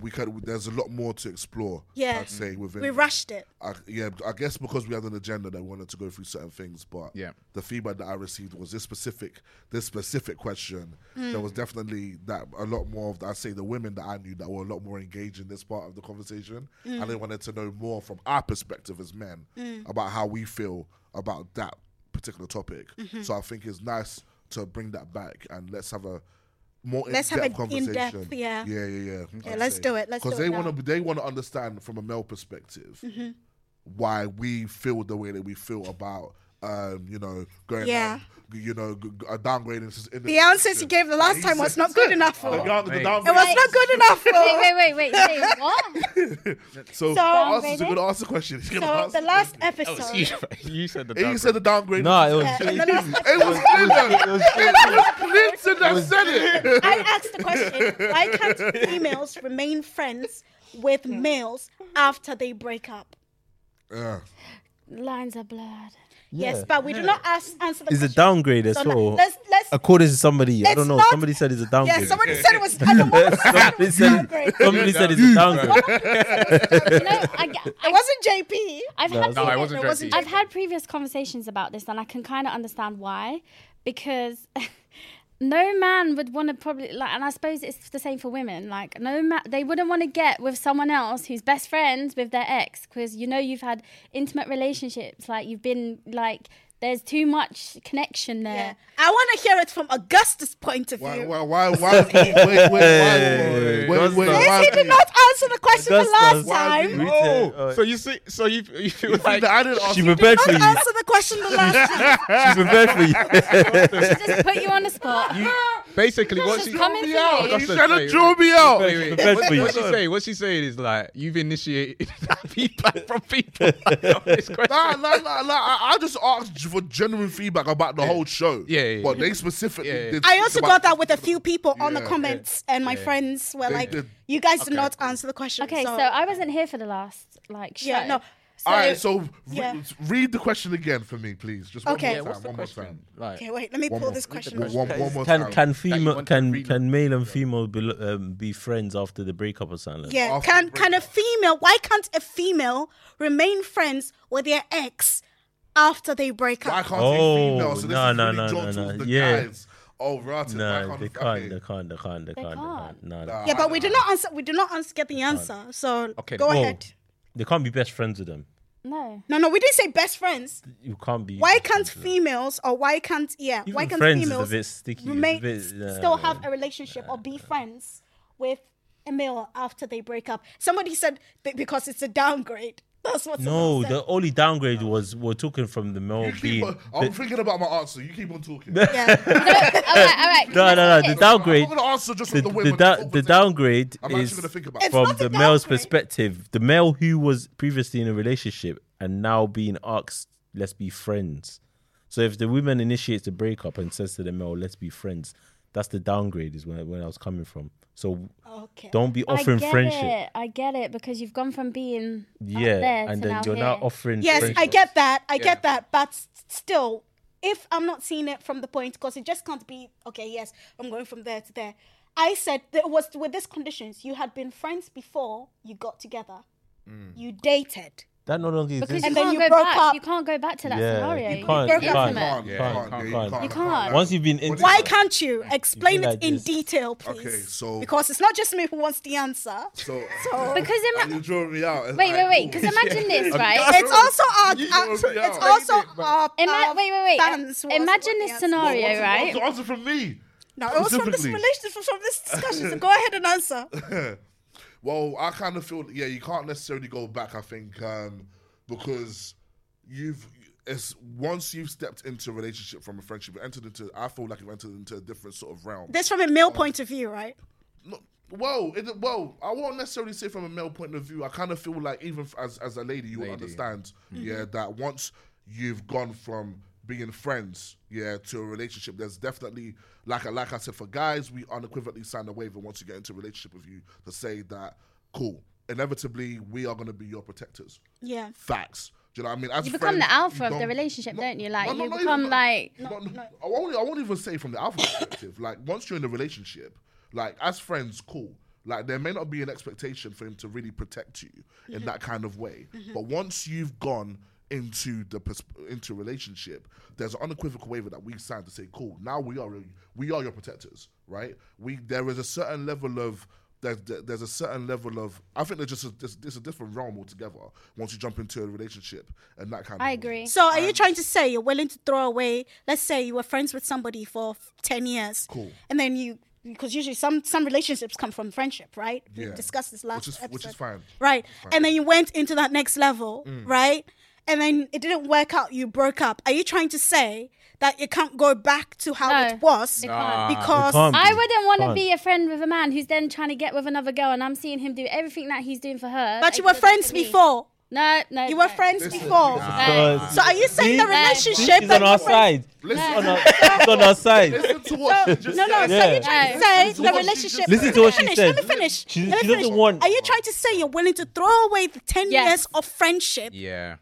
E: we could. There's a lot more to explore.
B: Yeah.
E: I'd say within.
B: We rushed it.
E: I, yeah, I guess because we had an agenda that we wanted to go through certain things, but
C: Yeah.
E: the feedback that I received was this specific, this specific question.
B: Hmm.
E: There was definitely that a lot more of, the- I'd say, the women that I knew that were a lot more engaged in this part of the conversation, and they
B: Hmm.
E: wanted to know more from our perspective as men about how we feel about that particular topic.
B: Mm-hmm.
E: So I think it's nice to bring that back and let's have a more
B: Let's have
E: in-depth
B: an in-depth,
E: conversation.
B: yeah.
E: yeah, yeah, yeah.
B: Yeah, let's do it. Let's do
E: Because
B: it
E: they
B: now.
E: want to, they want to understand from a male perspective why we feel the way that we feel about um, you know going
B: Yeah.
E: down, you know g- g- uh, downgrading sis- in
B: The answers you gave the last time was not good enough for.
E: the,
B: It
E: down- the
C: mate.
E: downgrade.
B: was not good enough
F: Wait,
B: for.
F: wait, wait, wait. Say what?
E: So,
B: So-
E: answers are going to ask the question. He's gonna
B: So
E: ask
B: the last
A: Oh,
B: episode.
G: you said the
E: He said the downgrade.
A: No, it was.
B: in the last
E: it was Clinton.
A: it was
E: It was Clinton that said it.
B: I asked the question why can't females remain friends with males after they break up?
E: Yeah.
F: Lines are blurred.
B: Yes, but we do not ask, answer the
A: It's a
B: question.
A: downgrade as
B: So now-
A: well.
B: Let's, let's,
A: According to somebody, I
B: It's
A: don't know.
B: not-
A: Somebody said it's a downgrade.
B: yeah, somebody said it was. I don't know,
A: somebody said,
B: downgrade.
A: somebody said it's a downgrade.
F: You know, I, ge-
B: it
F: I,
B: wasn't JP.
F: I've
A: No,
F: had
A: no,
C: I
F: previous-
C: wasn't
B: it wasn't
C: dressy.
F: I've had previous conversations about this, and I can kind of understand why, because no man would want to probably like, and I suppose it's the same for women. Like, no man, they wouldn't want to get with someone else who's best friends with their ex, because you know you've had intimate relationships, like you've been like there's too much connection
B: Yeah.
F: there.
B: I want to hear it from Augustus' point of
E: Why?
B: view.
E: Why? Why? Why? Wait! Wait! Wait! Wait! Wait! Wait! wait,
B: Yes,
E: why-
B: he did not answer the question the last
A: Augustus.
B: time.
A: We did-
C: Oh,
A: uh,
C: so you see, so you you feel like
E: I didn't ask.
A: she prepared
B: Not
A: for you.
B: answer the question the last time.
A: She prepared for you.
F: Just put you on the spot.
C: basically what she
F: Just come in for me.
E: He's
C: Augustus,
E: trying to
C: wait,
E: draw me out.
C: Wait, wait,
A: That's
C: What,
A: for you.
C: what she say? What she saying is like you've initiated feedback from people. on this question.
E: Nah, nah, nah, nah. I, I just asked for genuine feedback about the whole show.
C: Yeah, yeah,
E: But
C: yeah.
E: they specifically.
C: Yeah, yeah.
E: Did
B: I also
E: about-
B: got that with a few people on the
E: Yeah,
B: comments, and my friends were like,
E: did.
B: "You guys did not answer the question."
F: Okay, so I wasn't here for the last like show.
B: yeah, no. So,
E: All right, so re-
B: yeah.
E: read the question again for me, please. Just one
B: Okay.
E: more
B: Yeah,
E: time.
C: What's the
E: one
C: question?
E: more time.
C: Like,
B: okay, wait, let me
E: One
B: pull
E: more.
B: this question.
E: One, one, one more
A: Can
E: time.
A: can
C: you
A: female
C: want to
A: can
C: read
A: can male and female be, um, be friends after the breakup or something? like that?
B: Yeah,
E: After
B: can
E: the
B: can a female? Why can't a female remain friends with their ex after they break
E: Why
B: up?
E: can't
A: Oh,
E: oh, female? So this
A: no,
E: is
A: no,
E: really
A: no,
E: drawn
A: no,
E: towards
A: no.
E: The
A: Yeah.
E: guys. Oh, right.
A: No,
E: I
A: they
E: can't.
A: can't. They
E: okay.
A: can't. They can't. They can't.
F: can't.
A: No,
E: Nah,
B: yeah, but we
E: I-
B: do not answer. We do not answer, get the answer. So
C: Okay,
B: go
C: oh.
B: ahead.
A: they can't be best friends with them.
F: no.
B: No, no, we didn't say best friends.
A: You can't be.
B: Why can't females or why can't yeah?
A: Even
B: why can't
A: friends is a
B: females
A: bit sticky, it's a
B: remain-
A: bit, uh,
B: s-
A: yeah,
B: still
A: yeah.
B: have a relationship or be friends with a male after they break up? Somebody said that because it's a downgrade. That's what.
A: No,
B: someone said.
A: the only downgrade was we're talking from the male
E: You keep
A: being.
E: on, I'm thinking about my answer. You keep on talking.
B: yeah.
F: All right, all right.
A: No, no, no. The
E: I'm
A: downgrade.
E: not gonna answer just
A: The,
E: with the women.
A: the, da- the downgrade
E: I'm actually
A: is
E: gonna think about
B: It's
A: from
B: not a
A: the male's
B: downgrade.
A: perspective. The male who was previously in a relationship and now being asked, "Let's be friends." So if the woman initiates the breakup and says to the male, "Let's be friends," that's the downgrade. Is where where I was coming from. So
B: okay.
A: don't be
F: I
A: offering
F: get
A: friendship.
F: it. I get it because you've gone from being
A: Yeah,
F: up there
A: and
F: to
A: then
F: now
A: you're
F: here.
A: now offering.
B: Yes, I
A: friendship.
B: get that. I get that. But s- still, if I'm not seeing it from the point, because it just can't be, okay, yes, I'm going from there to there. I said that it was with these conditions. You had been friends before you got together,
A: Mm.
B: you dated.
A: That not only
F: because
A: exists.
F: you
B: And then
F: can't
B: you
F: go
B: broke
F: back.
B: up.
F: You can't go back to that
A: Yeah,
F: scenario.
A: you
F: You're
A: can't,
F: broke
A: you
F: up
A: can't.
F: in it.
E: can't,
A: Yeah,
E: can't,
A: can't,
E: yeah,
A: can't.
E: can't,
F: You
E: can't.
F: can't.
A: Once you've been in,
B: Why can't you explain
A: be
B: it
A: like
B: in
A: this.
B: detail, please?
E: Okay, so-
B: because it's not just me who wants the answer.
E: So,
F: Because ima-
E: you drew me out. oh,
F: wait, wait, wait. Because imagine this, right?
B: It's also our,
E: You
B: our-
E: already
B: it's
E: are.
B: also our,
F: Ima-
B: our
F: wait, wait, wait.
B: fans who also
F: Imagine
B: want
F: this
B: the answer.
F: scenario, right?
E: Answer, answer from me.
B: No, it was from this
E: Specifically.
B: relation, from this discussion. So go ahead and answer.
E: Well, I kind of feel yeah, you can't necessarily go back. I think um, because you've it's once you've stepped into a relationship from a friendship, you entered into. I feel like you've entered into a different sort of realm.
B: This from a
E: Oh.
B: male point of view, right?
E: No, well, it, well, I won't necessarily say from a male point of view. I kind of feel like even f- as as a lady, you would understand,
F: Mm-hmm.
E: yeah, that once you've gone from being friends, yeah, to a relationship, there's definitely like I- like I said, for guys, we unequivocally sign a waiver once you get into a relationship with you to say that cool, inevitably we are going to be your protectors.
B: Yeah.
E: Facts. Do you know what I mean? As
F: You become
E: friends,
F: the alpha
E: you
F: of the
E: don't-
F: relationship,
E: no,
F: don't you? Like
E: no, no,
F: you
E: not
F: become
E: even-
F: like
E: no, no, I won't. I won't even say from the alpha perspective. Like once you're in a relationship, like as friends, cool. Like there may not be an expectation for him to really protect you in that kind of way, but once you've gone into the pers- into a relationship, there's an unequivocal waiver that we signed to say, cool, now we are we are your protectors, right? We there is a certain level of there's, there- there's a certain level of I think there's just a, there's, there's a different realm altogether once you jump into a relationship and that kind of
F: I
E: way.
F: agree.
B: So are you trying to say you're willing to throw away? Let's say you were friends with somebody for f- ten years,
E: Cool.
B: and then you because usually some some relationships come from friendship, right?
E: Yeah.
B: We discussed this last
E: which is
B: episode,
E: which is fine.
B: right? And then you went into that next level, right? And then it didn't work out. You broke up. Are you trying to say that you can't go back to how
F: No,
B: it was
F: it can't.
B: because
A: Ah. can't.
F: I wouldn't want to
A: Fine.
F: be a friend with a man who's then trying to get with another girl, and I'm seeing him do everything that he's doing for her.
B: but
F: that
B: you
F: he
B: were
F: doesn't
B: friends
F: for me.
B: before?
F: No, no.
B: You
F: no.
B: were friends before.
A: Because
B: So are you saying the
A: See?
B: relationship
A: he's on
B: that you
A: our
B: were-
A: side.
E: Listen,
A: On our- he's on our side.
E: listen to what she just
B: No, no.
E: said.
B: So you're
A: Yeah.
B: trying to
F: No.
B: say
E: Listen
B: the
E: to what she
B: relationship.
E: just
A: Listen to
B: Let
A: what
B: me
A: she
B: finish,
A: said.
B: Let me finish.
A: She-
B: Let me
A: she
B: finish.
A: doesn't want-
B: Are you trying to say you're willing to throw away the ten
F: Yes.
B: years of friendship
C: Yeah.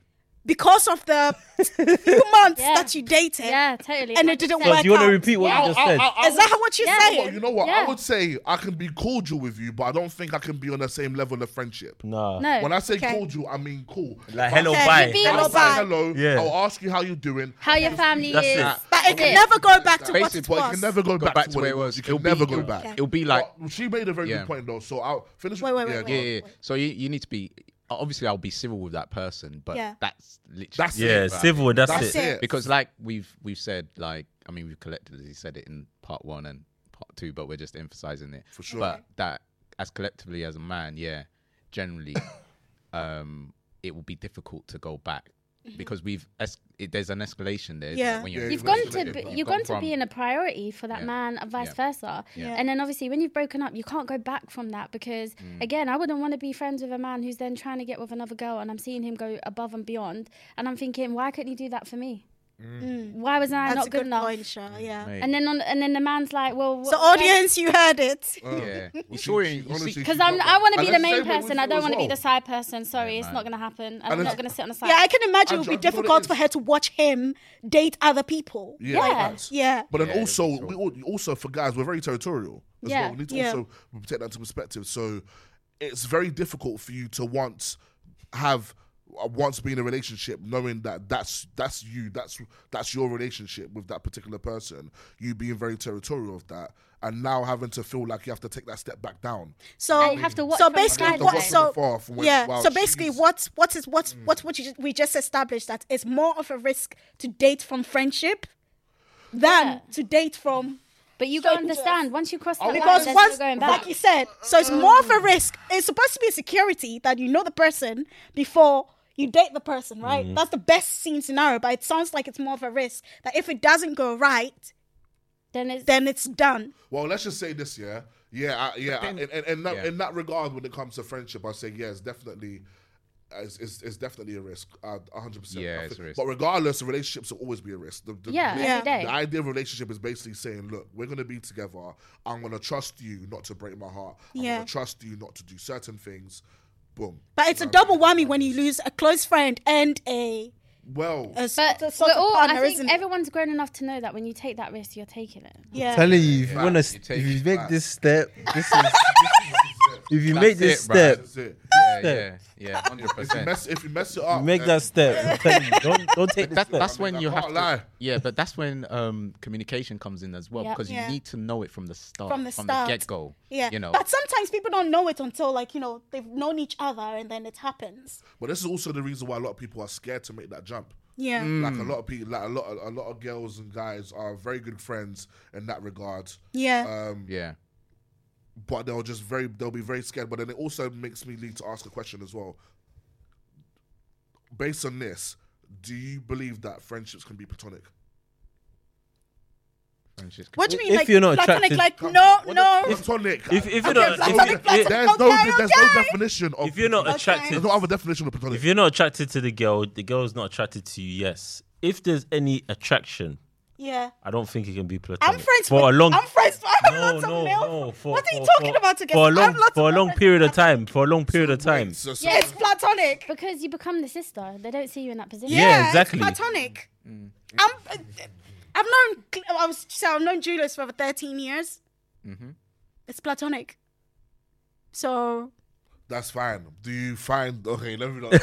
B: because of the few months
F: Yeah.
B: that you dated?
F: Yeah, totally.
B: And it didn't
F: Like you
A: So
B: work
F: said.
A: do you want
B: out.
A: to repeat what
E: I-
A: you just
E: I-
A: said?
E: I- I
B: Is that what you're
F: Yeah.
E: Well,
B: saying?
E: you know what? I
F: Yeah.
E: would say I can be cordial with you, but I don't think I can be on the same level of friendship.
A: Nah.
F: No.
E: When I say
B: Okay.
E: cordial, I mean cool.
A: Like,
E: If I
A: hello,
E: say-
B: Okay,
A: bye.
B: you be-
E: I'll
B: Hello,
E: say
B: bye.
E: hello.
A: Yeah.
E: I'll ask you how you're doing.
F: how your family
A: That's
F: is.
A: it.
B: But it
F: Okay.
B: can never go back to what
C: Basically,
B: it
E: But you
B: was.
E: can never go, back, to where it was. You can
C: It'll be-
E: never go
C: it'll-
E: back.
C: It'll be like
E: Well, she made a very
C: Yeah.
E: good point though. So I'll finish.
B: Wait, wait, wait,
E: yeah,
B: wait.
E: go
C: yeah,
E: on.
C: yeah. So you, you need to be obviously I'll be civil with that person, but
B: Yeah.
C: that's literally
E: That's it.
A: Yeah,
C: Right.
A: civil. That's,
E: That's
A: it.
E: it.
C: because like we've we've said like I mean we've collectively said it in part one and part two, but we're just emphasizing it for
E: sure.
C: But that as collectively as a man, yeah, generally, um, it will be difficult to go back because we've es- it, there's an escalation there. isn't
B: Yeah.
C: it, when you're in a
F: Mm-hmm. You've
E: Yeah,
F: gone
E: you've
C: relationship?
F: to
E: gone
F: be,
E: from-
F: you've gone to
C: from-
F: being a priority for that
C: Yeah.
F: man, and vice
C: Yeah.
F: versa.
B: Yeah.
F: And then obviously, when you've broken up, you can't go back from that because again, I wouldn't want to be friends with a man who's then trying to get with another girl, and I'm seeing him go above and beyond, and I'm thinking, why couldn't you do that for me? Why was
B: Mm.
F: I
B: That's
F: not
B: a
F: good,
B: good
F: enough?
B: point, Sha. Yeah.
C: Mate,
F: And then on, and then the man's like, well,
B: So audience, you heard it.
C: yeah, you
E: Well, she-
C: saw it,
E: she-
C: you see-
E: honestly, she
F: Because
E: got
F: I'm,
E: that.
F: I want to
E: And
F: be the
E: that's
F: main
E: same with
F: person.
E: you
F: I don't
E: as
F: want to be
E: well.
F: the side person. Sorry, it's
C: man.
F: not gonna happen. I'm
E: it's-
F: not gonna sit on the side.
B: Yeah, I can imagine
E: And
B: it would be
E: do you know what it
B: difficult
E: is?
B: for her to watch him date other people.
E: Yeah.
F: Yeah.
E: facts.
B: Yeah.
E: But then
C: Yeah,
E: also,
C: it's
E: we al- also for guys, we're very territorial as
F: Yeah.
E: well. We need to
B: Yeah.
E: also take that into perspective. So it's very difficult for you to once have uh, once be in a relationship, knowing that that's that's you, that's that's your relationship with that particular person. You being very territorial of that, and now having to feel like you have to take that step back down.
B: So
F: And you have to watch
B: So
F: from the
B: basically,
F: sidelines.
B: what?
F: Watch
E: from
B: So
E: afar from where-
B: yeah.
E: wow,
B: so basically,
E: she's- Hmm.
B: what? What is what? What? What you, ju- we just established that it's more of a risk to date from friendship than
F: Yeah.
B: to date from
F: But you got to understand once you cross that line,
B: because
F: there's no
B: once,
F: going back.
B: like you said, so it's more of a risk. It's supposed to be a security that you know the person before you date the person, right?
A: Mm-hmm.
B: That's the best seen scenario. But it sounds like it's more of a risk that if it doesn't go right,
F: Then it's
B: then it's done.
E: Well, let's just say this, yeah, yeah, I, yeah. I- in, in, in, that,
C: yeah.
E: in that regard, when it comes to friendship, I say yes, definitely. uh, It's, it's, it's definitely a risk, uh, a hundred percent.
C: Yeah,
E: I
C: it's
E: think-
C: a risk.
E: But regardless, relationships will always be a risk. The, the,
F: yeah,
E: the-
B: Yeah.
F: every day.
E: the idea of relationship is basically saying, look, we're gonna be together. I'm gonna trust you not to break my heart. I'm
B: Yeah.
E: gonna trust you not to do certain things. Boom.
B: But it's a double whammy when you lose a close friend and a.
E: Well,
B: a s-
F: But
B: a sort
F: we're
B: of
F: all,
B: partner,
F: I think
B: isn't it?
F: everyone's grown enough to know that when you take that risk, you're taking it.
B: yeah.
A: telling you, if you want
C: you
A: to,
C: take
A: if you
C: it
A: make
E: back.
A: this step, this is. If you make this
C: That's it, bruh.
A: step,
E: that's it.
C: yeah, yeah, yeah, hundred
E: If you
C: percent.
E: mess, if you mess it up,
A: you make
E: then-
A: that step. I'm telling you, don't don't take this
C: that,
A: step.
C: that's
E: I mean,
C: when
E: I
C: you have
E: can't
C: to,
E: lie.
C: yeah but that's when um communication comes in as well
F: Yeah.
C: because you
B: Yeah.
C: need to know it from the start
B: From the start.
C: get-go
B: Yeah.
C: you know
B: But sometimes people don't know it until like, you know, they've known each other and then it happens.
E: But this is also the reason why a lot of people are scared to make that jump.
B: Yeah.
A: Mm.
E: Like a lot of people, like a lot, a lot of girls and guys are very good friends in that regard.
A: Uh,
E: Um,
B: Yeah.
C: yeah
E: But they'll just very, they'll be very scared. But then it also makes me need to ask a question as well. Based on this, do you believe that friendships can be platonic?
C: friendships can-
B: what do you mean?
A: If
B: like,
A: you're not
B: platonic,
A: attracted-
B: like no, no.
E: platonic.
A: if- if you
E: Okay,
A: don't-
E: there's
A: if-
E: no-
A: if-
E: there's no,
B: okay,
E: there's no
B: okay.
E: definition of.
A: If you're not
E: platonic.
A: attracted,
E: there's no other definition of platonic.
A: if you're not attracted to the girl, the girl's not attracted to you. Yes. If there's any attraction,
B: Yeah.
A: I don't think it can be platonic.
B: I'm friends
A: for
B: with,
A: a long.
B: I'm friends. I have
A: no,
B: lots of
A: no,
B: male.
A: no. For,
B: what are you
A: for-
B: talking
A: for-
B: about together?
A: For a
B: I
A: long,
B: have lots
A: for a
B: of
A: long
B: male
A: period of
B: friends.
A: time. For a long period of time.
E: Wait, so- so-
B: It's platonic.
F: Because you become the sister. They don't see you in that position.
A: Yeah. exactly.
B: It's platonic.
E: Mm.
B: I'm. I've known. I
E: Mm-hmm.
B: was. So I've known Julius for over 13 years. It's platonic. So
E: That's fine. Do you find okay? Let me not.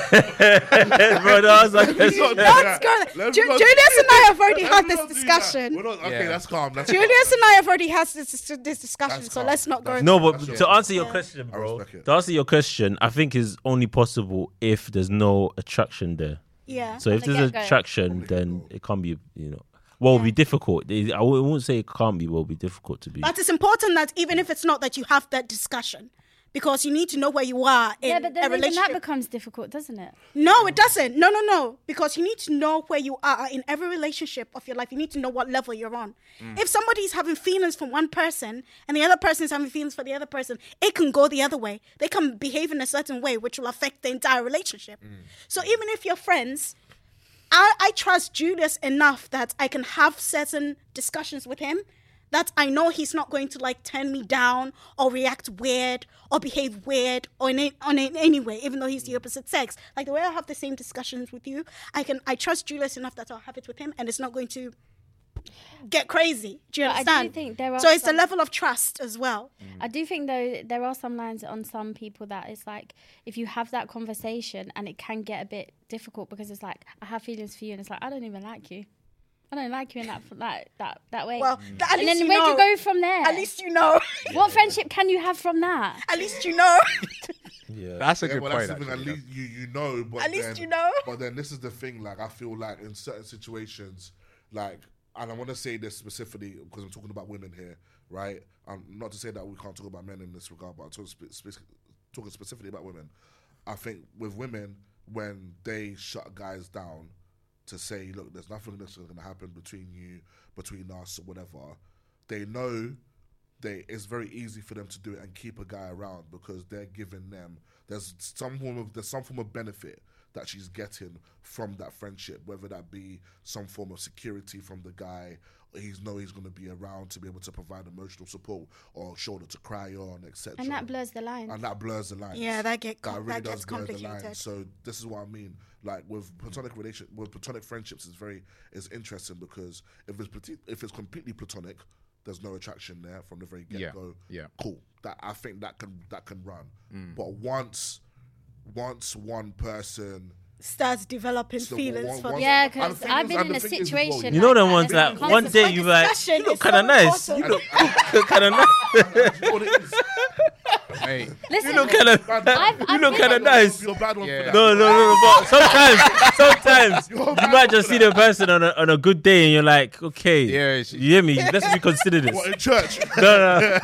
A: Bro, that was like,
E: Let's not do that.
B: let's go. Ju-
E: Let's
B: Julius and
E: not-
B: I have already
E: let's
B: had
E: not
B: this
E: do that. We're
B: discussion.
E: not- okay,
C: Yeah.
E: that's calm. That's
B: Julius and I have already had this, this, this discussion,
E: That's
B: so
E: calm.
B: let's not go.
E: That's
B: into
E: calm.
A: No, but
E: That's
A: to
E: it.
A: answer your question,
E: I
A: bro,
E: respect it.
A: to answer your question, I think is only possible if there's no attraction there.
B: Yeah.
A: So if
F: the
A: there's
F: get-go.
A: attraction, then it can't be, you know, well, it'll be difficult. It- I wou- wouldn't say it can't be, well, it'll be difficult to be.
B: But it's important that even if it's not that you have that discussion. Because you need to know where you are in
F: Yeah, but
B: a
F: then even
B: relationship.
F: that becomes difficult, doesn't it?
B: no, it doesn't. No, no, no. Because you need to know where you are in every relationship of your life. You need to know what level you're on. If somebody's having feelings for one person and the other person's having feelings for the other person, it can go the other way. They can behave in a certain way, which will affect the entire relationship. So even if you're friends, I, I trust Julius enough that I can have certain discussions with him that I know he's not going to like turn me down or react weird or behave weird or in, a- on in any way, even though he's the opposite sex. Like the way I have the same discussions with you, I can I trust Julius enough that I'll have it with him and it's not going to get crazy. Do you
F: But I do
B: understand?
F: think there are
B: so it's the
F: some-
B: level of trust as well.
F: I do think though there are some lines on some people that it's like if you have that conversation and it can get a bit difficult because it's like I have feelings for you and it's like I don't even like you. I don't like you in that that that, that way.
B: Well,
E: Mm.
B: th- at
F: and
B: least
F: then
B: you
F: where
B: know,
F: do you go from there?
B: At least you know.
F: what friendship can you have from that?
B: at least you know.
C: That's a
E: Yeah,
C: good
E: but
C: point.
E: that's the thing. At
C: actually,
E: least you you know, but
B: At least
E: then-
B: you know.
E: But then this is the thing. Like I feel like in certain situations, like and I want to say this specifically because I'm talking about women here, right? Um, not to say that we can't talk about men in this regard, but I'm talking, spe- spe- talking specifically about women. I think with women, when they shut guys down to say, "Look, there's nothing that's going to happen between you, between us, or whatever," they know they it's very easy for them to do it and keep a guy around because they're giving them there's some form of there's some form of benefit that she's getting from that friendship, whether that be some form of security from the guy, or he's know he's going to be around to be able to provide emotional support or shoulder to cry on, etc.
F: And that blurs the line.
E: and that blurs the lines.
B: Yeah, that get com-
E: that really
B: that
E: does
B: gets
E: blur the
B: complicated.
E: lines. So this is what I mean. Like with platonic relation, with platonic friendships is very is interesting because if it's plati- if it's completely platonic, there's no attraction there from the very get go.
C: yeah.
E: cool. That I think that can that can run.
A: Mm.
E: But once once one person
B: Starts developing
E: so
B: feelings
E: one-
B: for
E: once-
F: Yeah,
E: and the
F: 'cause
E: thing
F: I've
E: is-
F: been
E: and
F: in
E: the
F: a
E: thing is as
F: situation
E: well,
F: like
A: you know
F: that
A: them ones
F: and it's
A: that one day you like,
B: discussion
A: you look
B: is
A: kind of
B: so
A: nice, you
B: important.
A: look kind of nice,
E: you know what it is?
C: Hey,
F: Listen,
A: you look kind of,
E: I've-
A: you
F: I've
A: look
F: been-
A: kind of nice.
E: You're a bad one
C: Yeah.
E: for that.
A: No, no, no, no. But sometimes, sometimes you might just see the person on a, on a good day and you're like, okay,
C: Yeah, she-
A: you hear me? Let's reconsider this.
E: What in church?
A: No, no.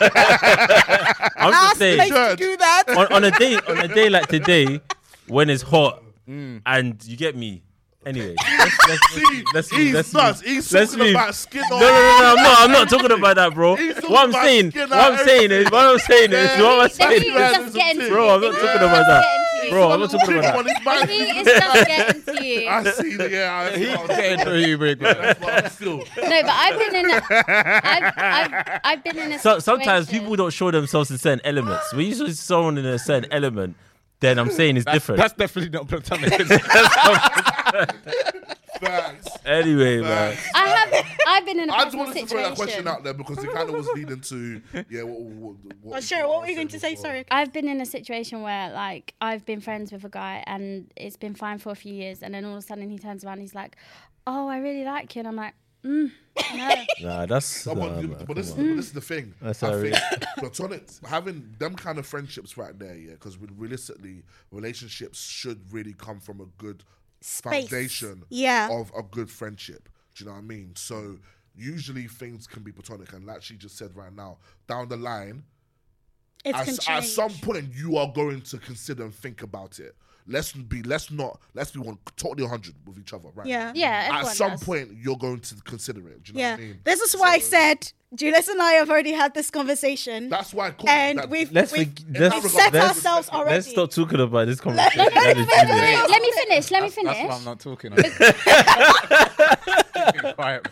A: I'm just
B: Last place
A: saying,
B: to do that.
A: on, on a day, on a day like today, when it's hot, and you get me. Anyway, Mm. let's, let's, let's
E: He's
A: move, let's
E: nuts.
A: move,
E: He's
A: let's
E: talking
A: move.
E: about skin
A: No, no, no, no, I'm not. I'm not talking about that, bro.
E: He's talking
A: What I'm
E: about
A: saying,
E: skin
A: what I'm
E: and
A: saying is, what I'm saying is, what I'm
F: the
A: saying
F: heat
A: is,
E: Yeah.
F: is just getting to you.
A: bro, I'm not
F: The
A: talking
F: heat
A: about
F: is
A: that.
F: getting to you.
A: bro, I'm not talking about that.
F: The
E: that.
F: heat is just getting to you.
E: I see that. Yeah, I, I,
C: Rick.
E: That's why I'm still.
F: No, but I've been in. A, I've, I've, I've been in a.
A: So, sometimes
F: situation-
A: people don't show themselves in certain elements. When you show someone in a certain element, then I'm saying it's different.
C: That's definitely not platonic.
E: Facts.
A: anyway, man.
F: I have. I've been in a
E: I just
F: personal
E: wanted to throw that question
F: situation.
E: out there because it kind of was leading to yeah. What, what, what,
B: Oh, sure. What were you going to say? Sorry.
F: I've been in a situation where like I've been friends with a guy and it's been fine for a few years, and then all of a sudden he turns around, and he's like, "Oh, I really like you," and I'm like, mm, "No."
A: Nah, that's.
E: No,
A: nah,
E: but,
A: man,
E: but this, is
A: come
E: the,
A: on. Mm.
E: but this is the thing.
A: That's
E: I
A: how it
E: think platonic having them kind of friendships right there, yeah. Because realistically, relationships should really come from a good
B: Space.
E: foundation
B: Yeah.
E: of a good friendship. Do you know what I mean? So usually things can be platonic, and like she just said right now, down the line,
B: It
E: at,
B: can
E: s- at
B: change.
E: some point you are going to consider and think about it. Let's be let's not let's be one totally hundred with each other, right?
B: Yeah.
F: Yeah,
E: At
F: everyone
E: some
F: does.
E: point you're going to consider it. Do you know
B: yeah.
E: what I mean?
B: This is why I
E: So
B: said Julius and I have already had this conversation,
E: that's why cool,
B: and
E: that-
B: we've
A: Let's
B: we've,
A: forg- let's-
B: we've set
A: let's-
B: ourselves already.
A: Let's stop talking about this conversation. That is
F: Wait,
A: ridiculous.
F: let me finish. Let me
C: That's
F: finish.
C: why I'm not talking. I'm keeping quiet.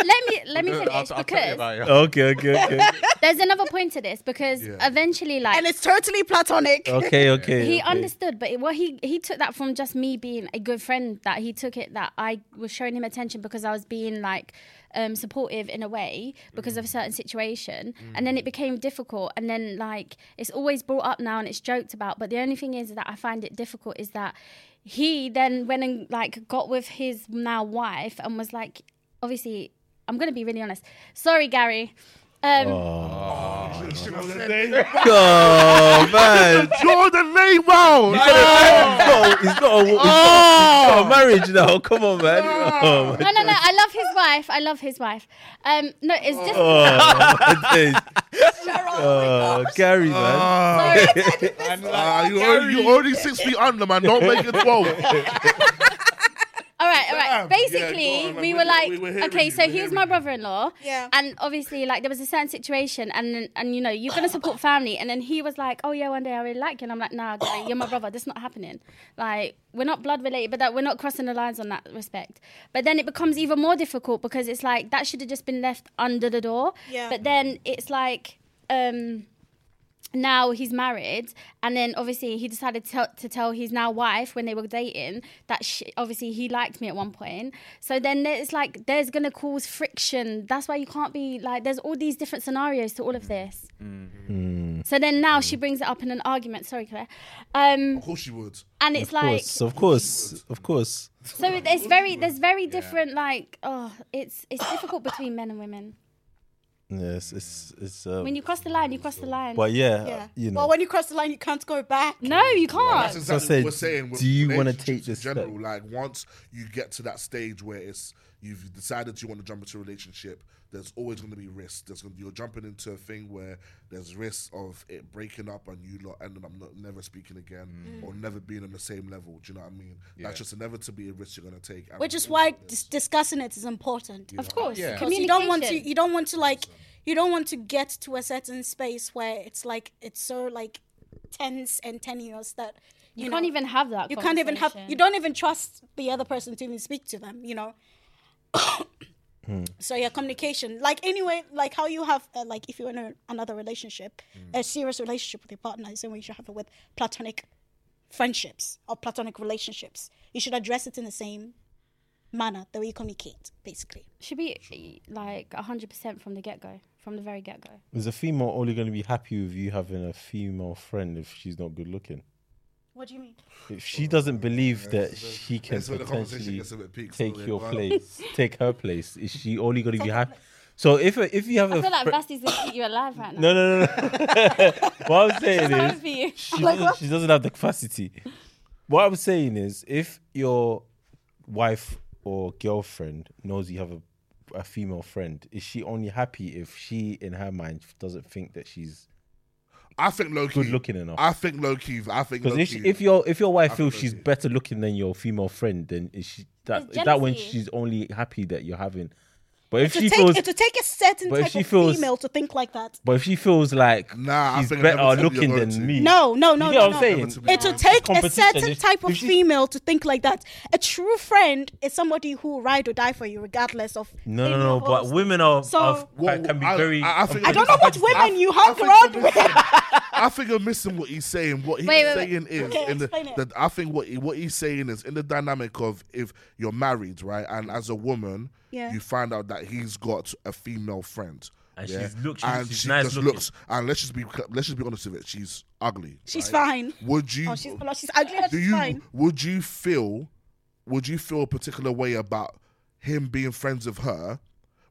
F: Let me let me
C: I'll- I'll
F: finish
C: tell you
F: because
C: about it.
A: okay, okay, okay,
F: there's another point to this because
E: Yeah.
F: eventually like
B: and it's totally platonic.
A: okay, okay.
F: he
A: okay.
F: understood, but it, well, he he took that from just me being a good friend. That he took it that I was showing him attention because I was being like um, supportive in a way because of a certain situation, and then it became difficult. And then like it's always brought up now and it's joked about. But the only thing is that I find it difficult is that he then went and like got with his now wife and was like, obviously, I'm gonna be really honest. Sorry, Gary. Um,
A: Oh man,
H: Draw the name out.
E: Oh.
A: he's got a, he's got a marriage now. Come on, man. Oh, my
F: No, no, no. I love his wife. I love his wife. Um, no, it's just.
A: days. Oh, Gary, man.
E: Ah, you already, you're already six feet under, man. Don't make it 12.
F: All right, all right.
E: Damn. Yeah,
F: Basically,
E: go on,
F: we
E: we-
F: were like,
E: we- we're hearing
F: okay,
E: you,
F: so
E: we're
F: he was
E: hearing
F: my
E: you.
F: brother-in-law,
B: Yeah.
F: and obviously, like, there was a certain situation, and and you know, you're gonna support family, and then he was like, oh yeah, one day I really like you, and I'm like, nah, Gary, you're my brother. That's not happening. Like, we're not blood related, but that we're not crossing the lines on that respect. But then it becomes even more difficult because it's like that should have just been left under the door.
B: Yeah.
F: But then it's like. um now he's married and then obviously he decided to, to tell his now wife when they were dating that she, obviously he liked me at one point so then it's like there's gonna cause friction that's why you can't be like there's all these different scenarios to all of this
A: Mm-hmm.
F: so then now she brings it up in an argument sorry claire um
E: Of course you would.
F: and it's
A: Of
F: like
A: course,
E: Oh.
A: of course, of course.
F: so it- it's very there's very different like oh it's it's difficult between men and women
A: Yes, it's it's. Um,
F: when you cross the line you cross the line
A: but yeah,
B: Yeah.
A: you know.
B: Well, when you cross the line, you can't go back.
F: no you can't
E: That's exactly
A: said,
E: what we're saying. with
A: do you wanna
E: relationships
A: take
E: in
A: this
E: general?
A: step?
E: Like once you get to that stage where it's you've decided you want to jump into a relationship, there's always going to be risks. There's gonna, you're jumping into a thing where there's risks of it breaking up and you lot ending up not, never speaking again
A: Mm.
E: or never being on the same level. Do you know what I mean? That's just inevitably a risk you're going to take. And
B: Which is why dis- discussing it is important.
F: of course
C: Yeah.
B: Because
F: communication
B: you don't want to you don't want to like you don't want to get to a certain space where it's like it's so like tense and tenuous that you,
F: you can't
B: know,
F: even have that
B: you can't even have
F: conversation.
B: you don't even trust the other person to even speak to them you know
A: Hmm.
B: so yeah communication like anyway like how you have uh, like if you're in a, another relationship
A: Hmm.
B: a serious relationship with your partner is the same way you should have it with platonic friendships or platonic relationships you should address it in the same manner the way you communicate basically
F: should be like 100% from the get-go from the very get-go
A: Is a female only going to be happy with you having a female friend if she's not good looking?
B: what do you mean
A: If she doesn't believe that she can
E: That's where the
A: potentially
E: conversation gets a bit peaked.
A: take
E: so, yeah,
A: your
E: go on.
A: place, take her place, is she only going to be happy? So if a- if you have
F: i
A: a
F: feel like
A: fri-
F: Vasti's gonna eat you alive right now
A: no no no, no. what I'm saying
F: Sorry
A: is
F: for you.
A: she, doesn't, she doesn't have the capacity. What I'm saying is, if your wife or girlfriend knows you have a, a female friend, is she only happy if she, in her mind, doesn't think that she's
E: I think low key.
A: good looking enough?
E: I think low key. I think
A: Because
E: low
A: if,
E: key.
A: she- if your if your wife feels
E: think
A: she's
E: that's it.
A: better looking than your female friend, then is she that
F: It's
A: is that when
F: jealousy.
A: she's only happy that you're having? But if
B: to
A: she
B: take,
A: feels,
B: to take a certain
A: but if
B: type
A: she
B: of
A: feels-
B: female to think like that.
A: but if she feels like
E: Nah, I
A: she's
E: think I never
A: better
E: said you're
A: looking
E: going
A: than
E: to.
A: me,
B: No, no, no,
A: you
B: no,
A: get what
B: no.
A: I'm saying?
E: Never to be
B: It
E: Yeah.
B: will take a
A: Competition,
B: certain
A: if-
B: type of
A: if she-
B: female to think like that. A true friend is somebody who will ride or die for you, regardless of.
A: No, no,
B: any
A: no.
B: of
A: But
B: those
A: women are,
B: So-
A: are
E: Well,
A: can be
E: I-
A: very.
E: I- I think-
B: I don't know what women you hang
E: I
B: around
E: think you're
B: with.
E: missing- I think you're missing what he's saying. What he's
F: Wait, wait, wait.
E: saying is,
B: Okay,
E: in the,
B: explain it.
E: that I think what he, what he's saying is in the dynamic of if you're married, right, and as a woman,
B: Yeah.
E: you find out that he's got a female friend,
G: And
E: yeah?
G: she's look- she's-
E: and
G: she's
E: she
G: nice
E: just
G: looking.
E: looks, and let's just be let's just be honest with it, she's ugly.
B: She's
E: right?
B: fine.
E: Would you?
B: Oh, she's, no, she's ugly. but
E: do
B: She's
E: you
B: fine.
E: would you feel would you feel a particular way about him being friends with her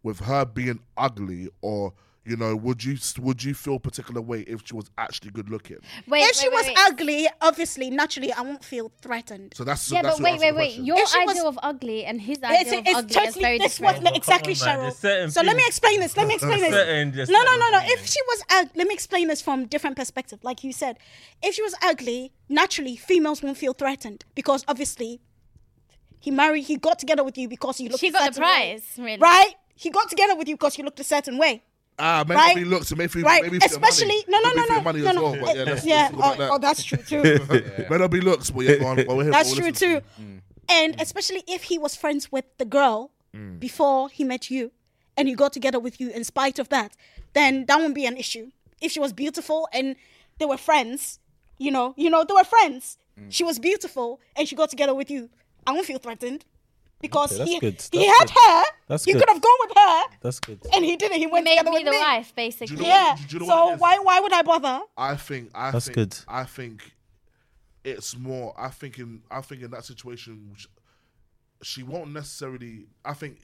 E: with her being ugly or you know would you would you feel a particular way if she was actually good looking
F: wait,
B: if she
F: wait,
B: was
F: wait, wait.
B: ugly, obviously, naturally, I won't feel threatened.
E: so that's
F: yeah
E: that's
F: but
E: the
F: wait
E: answer to
F: wait
E: the
F: wait
E: question.
F: your
B: If she
F: idea
B: was-
F: of ugly and his idea
B: It's,
F: of
B: it's
F: ugly is
B: totally
F: very
B: this
F: different
B: was
G: Well, come
B: exactly
G: on, Oh, man,
B: Cheryl.
G: there's certain
B: So let me
G: people-
B: explain this. Let me explain this.
G: certain- there's
B: No, no, no,
G: certain
B: no.
G: people.
B: If she was ugly, let me explain this from different perspective. Like you said, if she was ugly, naturally females won't feel threatened because obviously he married, he got together with you because you looked.
F: she
B: a
F: got the
B: certain way.
F: prize really
B: right? He got together with you because you looked a certain way.
E: ah maybe
B: Right.
E: we look to maybe
B: Right,
E: maybe for your
B: especially
E: money.
B: no, no,
E: Maybe
B: no,
E: for
B: no,
E: your money
B: no,
E: as
B: no.
E: well, but yeah,
B: Uh,
E: let's-
B: yeah,
E: let's talk
B: oh,
E: about
B: oh,
E: that.
B: that's true too.
E: may not be looks but yeah go on, but we're here
B: That's
E: we'll
B: true
E: listen to you. Mm.
B: too. And especially if he was friends with the girl
E: Mm.
B: before he met you and he got together with you in spite of that, then that won't be an issue. If she was beautiful and they were friends, you
E: Mm.
B: know, you know, they were friends. She was beautiful and she got together with you. I won't feel threatened. because
I: Okay, that's
B: he,
I: good.
B: he
I: That's
B: had her.
I: That's
B: he
I: good.
B: could have gone with her,
I: That's good.
B: and he didn't. He went
F: Make
B: together
F: me
B: with
F: the
B: me.
F: wife, basically.
E: Do you know
B: Yeah.
E: what- do you know what it
B: so
E: is?
B: why why would I bother?
E: I think I
I: That's
E: think,
I: good.
E: I think it's more. I think in I think in that situation, sh- she won't necessarily. I think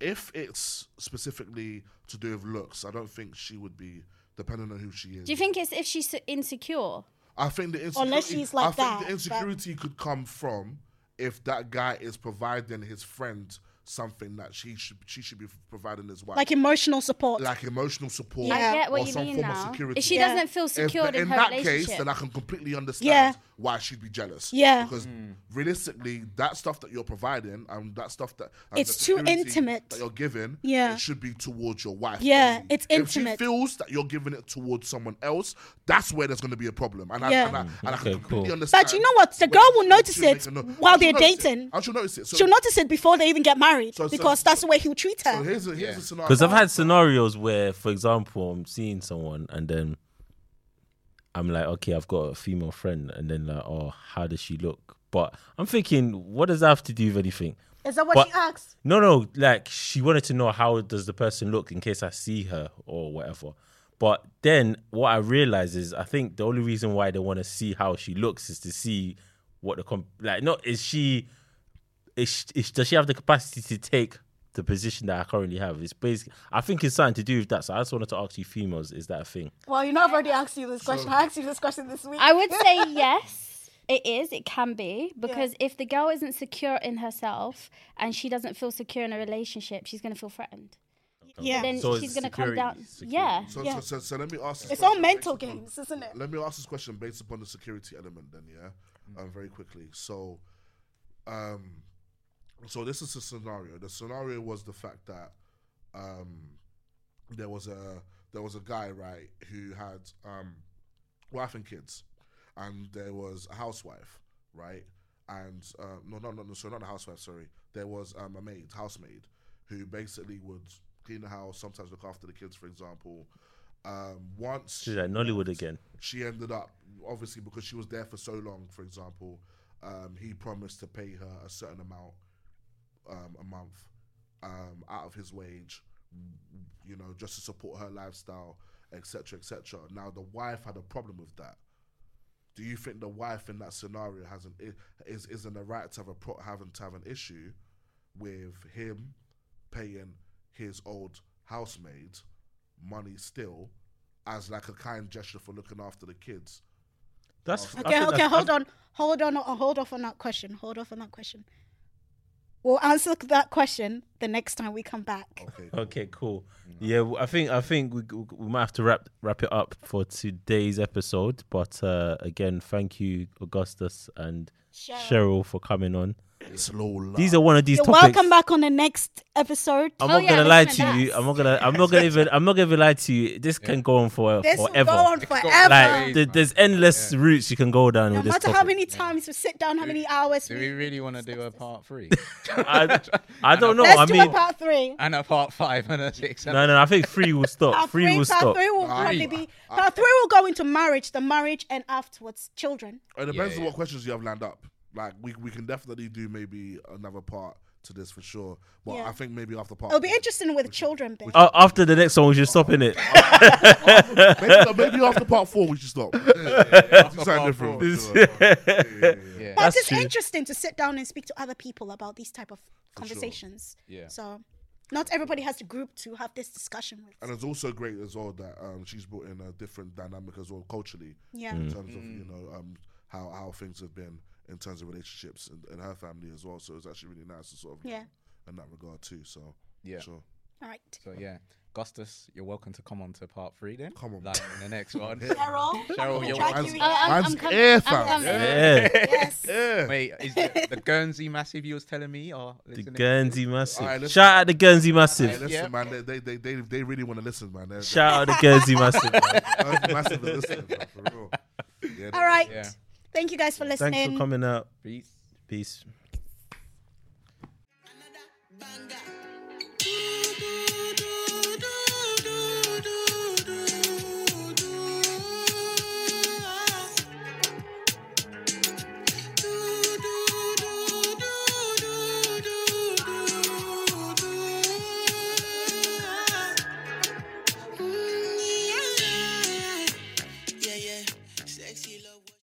E: if it's specifically to do with looks, I don't think she would be depending on who she is.
F: Do you think it's if she's insecure?
E: I think the insecurity,
B: Unless she's like
E: I think
B: that,
E: the insecurity could come from if that guy is providing his friend something that she should she should be providing his wife,
B: Like emotional support.
E: like emotional support.
B: Yeah.
F: I get
E: or
F: what you
E: some
F: mean
E: form of
F: now.
E: security.
F: If she
B: Yeah.
F: doesn't feel
E: If-
F: secured in,
E: in
F: her
E: that
F: relationship.
E: case, then I can completely understand
B: Yeah.
E: why she'd be jealous.
B: Yeah.
E: Because realistically, that stuff that you're providing and that stuff that and
B: It's
E: the
B: too
E: security
B: intimate.
E: that you're giving,
B: Yeah.
E: it should be towards your wife.
B: Yeah,
E: only.
B: it's intimate.
E: If she feels that you're giving it towards someone else, that's where there's going to be a problem. And I,
B: Yeah.
E: and I, and I
I: Okay,
E: can completely
I: cool.
E: understand.
B: But you know what? The
E: when
B: girl will
E: she-
B: notice
E: she'll make
B: it
E: a note.
B: while
E: And
B: they're
E: she'll notice it.
B: dating.
E: And she'll notice it. So,
B: She'll notice it before they even get married
E: So- so-
B: because that's the way he'll treat her.
E: so here's, a, here's a scenario.
A: Because I've had scenarios where, for example, I'm seeing someone and then I'm like, okay, I've got a female friend, and then like, oh, how does she look? But I'm thinking, what does that have to do with anything?
B: Is that what
A: But-
B: she asks?
A: No, no, like she wanted to know how does the person look in case I see her or whatever. But then what I realize is I think the only reason why they want to see how she looks is to see what the comp- like not is she is, sh- is does she have the capacity to take the position that I currently have? It's basically I think it's something to do with that. So I just wanted to ask you females, is that a thing?
B: Well, you know, I've already asked you this question. I asked you this question this week.
F: I would say yes. It is. It can be because if the girl isn't secure in herself and she doesn't feel secure in a relationship, she's gonna feel threatened.
B: yeah.
F: Then
A: So
F: she's
A: it's
F: gonna
A: security-
F: come down.
A: security.
F: Yeah.
E: So,
B: Yeah.
E: so, so, so let me ask this
B: it's all
E: question based
B: mental
E: upon-
B: games, isn't it?
E: Let me ask this question based upon the security element, then, yeah, um, very quickly. So, um, so this is a scenario. The scenario was the fact that um, there was a there was a guy right who had um, wife and kids, and there was a housewife, right? And uh, no, no, no, no, sorry, not a housewife. Sorry, there was um, a maid, housemaid, who basically would clean the house, sometimes look after the kids, for example. Um, once
A: She's like Nollywood again.
E: she ended up obviously because she was there for so long for example um, he promised to pay her a certain amount um, a month um, out of his wage you know just to support her lifestyle etc etc now the wife had a problem with that do you think the wife in that scenario hasn't i- is isn't the right to have a pro, having to have an issue with him paying his old housemaid money still as like a kind gesture for looking after the kids?
A: That's I
B: Okay,
A: think
B: okay,
A: that's-
B: hold on. Hold on, uh, hold off on that question. Hold off on that question. We'll answer that question the next time we come back.
E: Okay.
A: Okay, cool. Yeah, w- I think I think we we we might have to wrap wrap it up for today's episode. But uh, again, thank you, Augustus and Cheryl, for coming on.
E: Slow love.
A: These are one of these
B: You're
A: topics.
B: welcome back on the next episode.
A: I'm
F: Oh,
A: not
F: yeah,
A: gonna
F: let's
A: lie
F: do
A: to
F: that.
A: you. I'm not gonna. I'm not gonna even. I'm not gonna lie to you. This can go on for
B: this
A: forever.
B: will go on
C: got
B: forever.
A: Like th- there's endless routes you can go down
B: no
A: with this
B: matter
A: topic.
B: how many times we sit down, how many hours
C: Do
B: we,
C: we really want to do a part three
A: I, I don't know.
B: Let's
A: I
B: do
A: mean,
B: a part three.
C: and a part five and a six? And
A: no, no. I think three will
B: Part
A: stop. Three
B: three,
A: will
B: part
A: stop.
B: three will
E: Nah,
B: probably
E: I-
B: be. Part three will go into marriage, the marriage, and afterwards children.
E: It depends on
C: yeah.
E: what questions you have lined up. Like we we can definitely do maybe another part to this for sure. But
B: Yeah.
E: I think maybe after part.
B: It'll be interesting with children. Bit.
A: Uh, after the next one, we should stop in it.
E: Maybe, no, maybe after part four we should stop.
C: after
E: Something
C: part
E: different.
C: four. Yeah.
B: But it's
A: true.
B: interesting to sit down and speak to other people about these type of conversations.
C: Yeah.
B: So, not everybody has to group to have this discussion with.
E: And it's also great as well that um, she's brought in a different dynamic as well culturally
B: Yeah.
C: Mm.
E: in terms of
F: Mm.
E: you know um, how how things have been in terms of relationships and, and her family as well. So it's actually really nice to sort of
B: Yeah.
E: in that regard too. So
C: Yeah.
E: sure.
B: All right.
C: So yeah, Gustus, you're welcome to come on to part three then.
E: Come on.
C: like in the next one.
B: Cheryl,
C: Cheryl, you're
B: drag
C: welcome.
B: you
F: I- I'm,
E: Man's
F: I'm coming.
E: air,
F: I'm
E: fam.
F: coming.
A: Yeah.
B: Yes.
C: Wait, is the, the Guernsey massive you was telling me or
A: The
C: listening?
A: Guernsey Massive.
E: Alright, let's-
A: Shout out the Guernsey
E: Hey,
A: Massive.
E: listen,
C: Yeah.
E: man. They they they they, they really want to listen, man. They're,
A: Shout out the Guernsey Massive.
E: they're massively listening, man, for real. Yeah,
B: All right.
C: Yeah.
B: Thank you guys for listening.
A: Thanks for coming out.
C: Peace.
A: Peace.
H: Another banger.